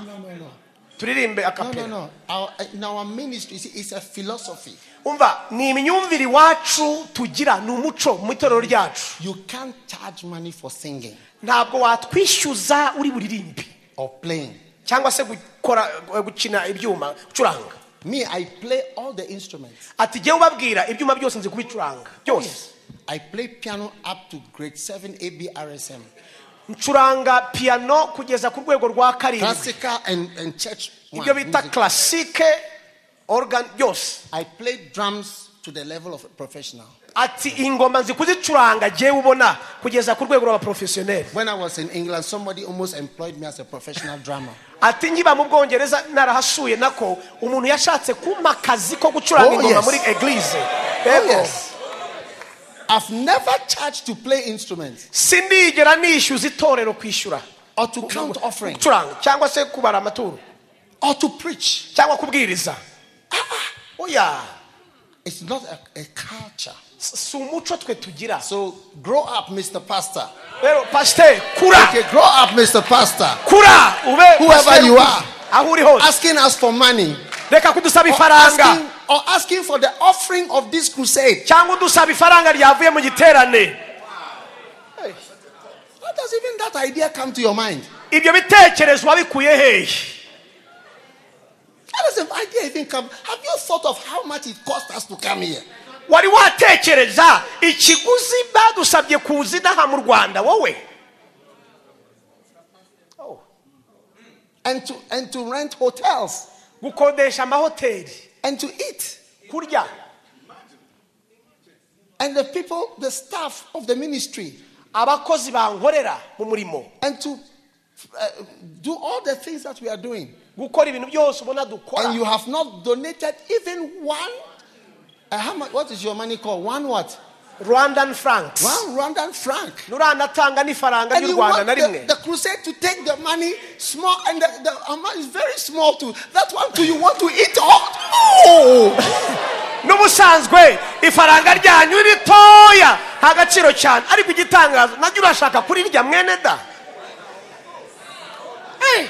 S1: No,
S2: turirimbe
S1: no,
S2: akapera
S1: no. Our, in our ministry, you see, it's a philosophy.
S2: umva ni imyumvire iwacu tugira ni umuco mu itorero ryacu
S1: You can't charge money for singing
S2: ntabwo watwishyuza uri buririmbe
S1: or playing.
S2: cyangwa se gukora gukina ibyuma gucuranga
S1: Me, I play all the instruments.
S2: ati jyewe ubabwira ibyuma byose nzi kubicuranga byose
S1: I play piano up to grade 7 ABRSM.
S2: ncuranga piyano kugeza ku rwego rwa karindwi
S1: classical and, and church one
S2: ibyo bita
S1: music.
S2: classique organ byose
S1: I play drums to the level of a professional.
S2: ati ingoma nzi kuzicuranga jyewe ubona kugeza ku rwego rw'abaprofesiyoneri
S1: When I was in England, somebody almost employed me as a professional drummer.
S2: ati nkiba mu bwongereza narahasuye nako umuntu yashatse kumpa akazi ko gucuranga
S1: Oh,
S2: ingoma
S1: yes.
S2: muri eglise
S1: Oh,
S2: Yego.
S1: yes. I've never charged to play instruments
S2: sindigera nishyuza itorero kwishyura
S1: or to count offering
S2: gucuranga cyangwa se kubara amaturo
S1: or to preach. Ah,
S2: cyangwa kubwiriza oya
S1: It's not a, a culture.
S2: Si si umuco twe tugira
S1: So grow up, Mr. Pastor.
S2: rero pasiteri kura
S1: Okay, grow up, Mr. Pastor.
S2: kura ube
S1: Whoever
S2: pasiteri
S1: you
S2: kuri.
S1: are.
S2: aho uri hose
S1: Asking us for money
S2: reka kudusaba
S1: or
S2: ifaranga
S1: asking, or asking for the offering of this crusade.
S2: cyangwa udusaba ifaranga ryavuye mu giterane
S1: How does even that idea come to your mind?
S2: ibyo bitekerezo wabikuye hehe
S1: How does the idea even come? Have you thought of how much it cost us to come here?
S2: wari watekereza ikiguzi badusabye kuza inaha mu rwanda wowe
S1: And to and to rent hotels
S2: gukodesha amahoteli
S1: and to eat.
S2: kurya
S1: And the people, the staff of the ministry,
S2: abakozi bankorera mu murimo
S1: and to uh, do all the things that we are doing.
S2: gukora ibintu byose ubona
S1: And
S2: dukora
S1: you have not donated even one. Uh, how much, what is your money called? One what?
S2: rwandan franks
S1: One Rwandan franc.
S2: nuranatanga n'ifaranga
S1: And
S2: ry'u
S1: you
S2: rwanda
S1: want
S2: na
S1: the,
S2: rimwe
S1: the crusade to take the money small, and the, the amount is very small too. That one too, you want to eat all. Oh!
S2: n'ubusanzwe ifaranga ryanyu ritoya nta gaciro cyane ariko igitangaza najya urashaka kurirya mwene da
S1: Hey!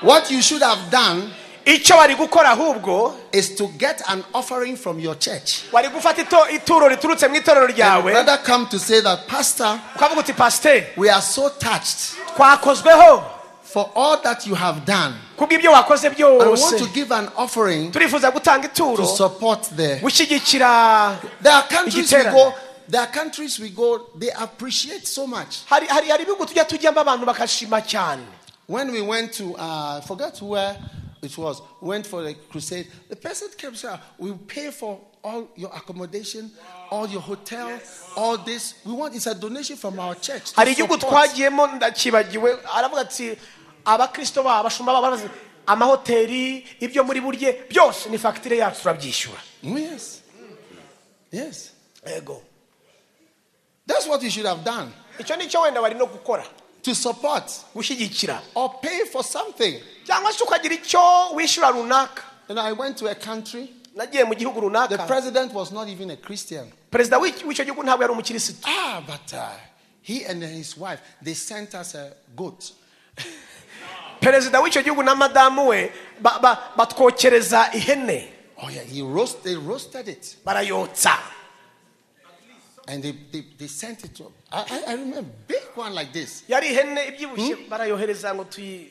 S1: What you should have done
S2: icyo bari gukora ahubwo
S1: is to get an offering from your church.
S2: wari gufata ito- ituro riturutse mu itorero
S1: And
S2: ryawe
S1: brother come to say that, Pastor,
S2: ukavuga uti pasiteri
S1: we are so touched
S2: twakozweho
S1: for all that you have done.
S2: kubw'ibyo wakoze
S1: I want to
S2: byose
S1: give an offering
S2: turifuza gutanga
S1: to
S2: ituro
S1: support the.
S2: gushyigikira
S1: There are countries we
S2: Igiterane.
S1: go. There are countries we go. They appreciate so much.
S2: hari hari hari ibihugu tujya tujyamo abantu bakashima cyane
S1: When we went to, uh, I forgot where it was, went for the crusade, the person kept saying, We pay for all your accommodation, all your hotel, all this. We want, it's a donation from our church. to
S2: hari igihugu
S1: support."
S2: twagiyemo ndakibagiwe aravuga ati abakristo babo abashumba babo barazi, amahoteli ibyo muri burye byose ni fagitire yacu turabyishyura
S1: Mm, Yes. Yes.
S2: yego
S1: That's what you should have done
S2: icyo ni cyo wenda bari no gukora
S1: to support
S2: gushyigikira
S1: or pay for something.
S2: cyangwa se ukagira icyo wishyura runaka
S1: You know, I went to a country,
S2: nagiye mu gihugu
S1: the
S2: runaka
S1: president was not even a Christian.
S2: perezida w'iki- w'icyo gihugu ntabwo yari umukirisitu
S1: Ah, but uh, he and his wife, they sent us a goat.
S2: perezida w'icyo gihugu na madamu we ba- ba- batwokereza ihene
S1: Oh, yeah, he roast, they roasted it.
S2: barayotsa
S1: And they, they, they sent it to I, I, I remember big one like this.
S2: yari ihene ibyibushye
S1: Hmm?
S2: barayohereza ngo tuyi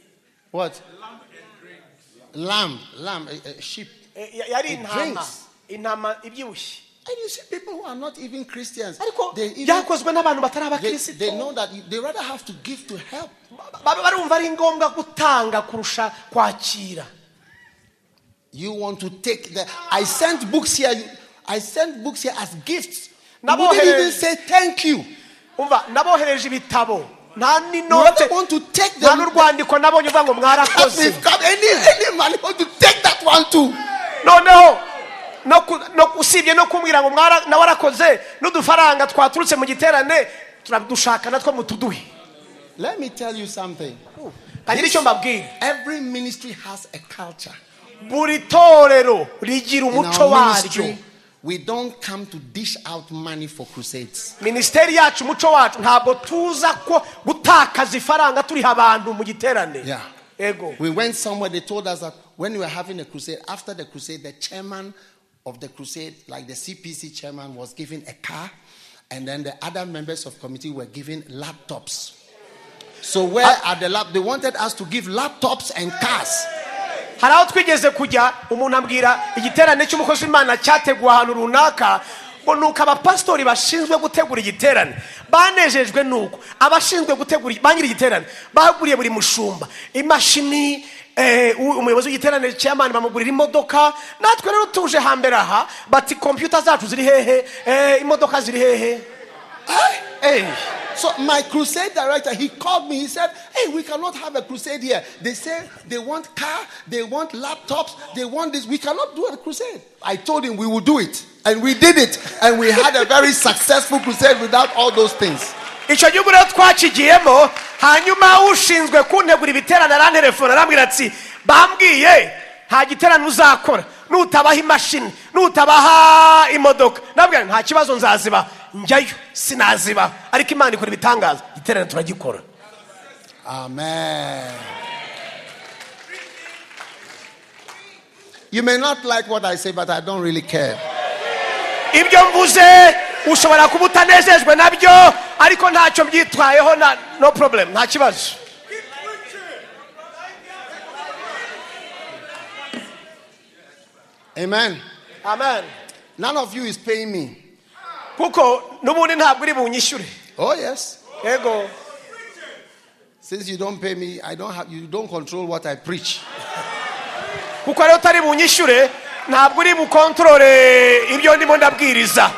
S1: What? Lamb, lamb, a, a sheep.
S2: eh, ya- yari
S1: It
S2: intama
S1: drinks.
S2: intama ibyibushye
S1: And you see people who are not even Christians.
S2: ariko
S1: They, even,
S2: byakozwe n'abantu batari
S1: they,
S2: abakirisitu
S1: they know that you- they rather have to give to help.
S2: Ba- ba- barumva ari ngombwa gutanga kurusha kwakira
S1: You want to take the. I sent books here. you- I sent books here as gifts. You
S2: Nabo
S1: didn't even
S2: here.
S1: say thank you.
S2: umva nabohereje ibitabo nta
S1: You rather
S2: n'inote
S1: want to take
S2: nta
S1: the
S2: n'urwandiko nabonye uvuga ngo
S1: As
S2: mwarakoze
S1: if come any any man you want to take that one too.
S2: noneho no ku- no- usibye no kumbwira ngo mwara- nawe warakoze n'udufaranga twaturutse mu giterane turadushaka natwo mutuduhe
S1: Let me tell you something.
S2: kagira icyo mbabwira
S1: Every ministry has a culture.
S2: buri torero rigira
S1: In
S2: umuco
S1: our
S2: waryo
S1: ministry, we don't come to dish out money for crusades.
S2: minisiteri yacu umuco wacu ntabwo tuza ko gutakaza ifaranga turiha abantu mu giterane
S1: Yeah.
S2: ego
S1: We went somewhere, they told us that when we were having a crusade, after the crusade, the chairman of the crusade, like the CPC chairman, was given a car, and then the other members of committee were given laptops. So where are the lap? They wanted us to give laptops and cars.
S2: hari aho twigeze kujya umuntu ambwira igiterane cy'umukozi w'imana cyateguwe ahantu runaka ngo ni uko abapasitori bashinzwe gutegura igiterane banejejwe nuko abashinzwe gutegura bangira igiterane baguriye buri mushumba imashini eh, u- umuyobozi w'igiterane cy'amani bamugurira imodoka natwe rero tuje hambere aha bati kompiyuta zacu ziri hehe eh, imodoka ziri hehe Eh.
S1: So my crusade director, he called me. He said, "Hey, we cannot have a crusade here. They say they want car, they want laptops, they want this. We cannot do a crusade." I told him we will do it, and we did it, and we had a very successful crusade without all those things.
S2: icyo gihugu rero twakigiyemo hanyuma ushinzwe kuntegura ibiterane aranterefona arambwira ati bambwiye nta giterane uzakora nutabaha imashini nutabaha imodoka nabwo nta kibazo nzaziba njyayo sinaziba ariko imana ikora ibitangaza igiterane turagikora
S1: Amen. You may not like what I say, but I don't really care.
S2: ibyo mvuze ushobora kuba utanejejwe nabyo ariko ntacyo mbyitwayeho na no problem nta kibazo
S1: Amen.
S2: amen
S1: None of you is paying me.
S2: kuko n'ubundi ntabwo uri bunyishyure
S1: Oh yes.
S2: yego
S1: Since you don't pay me, I don't have you don't control what I preach.
S2: kuko rero utari bunyishyure ntabwo uri bukontorore ibyo ndimo ndabwiriza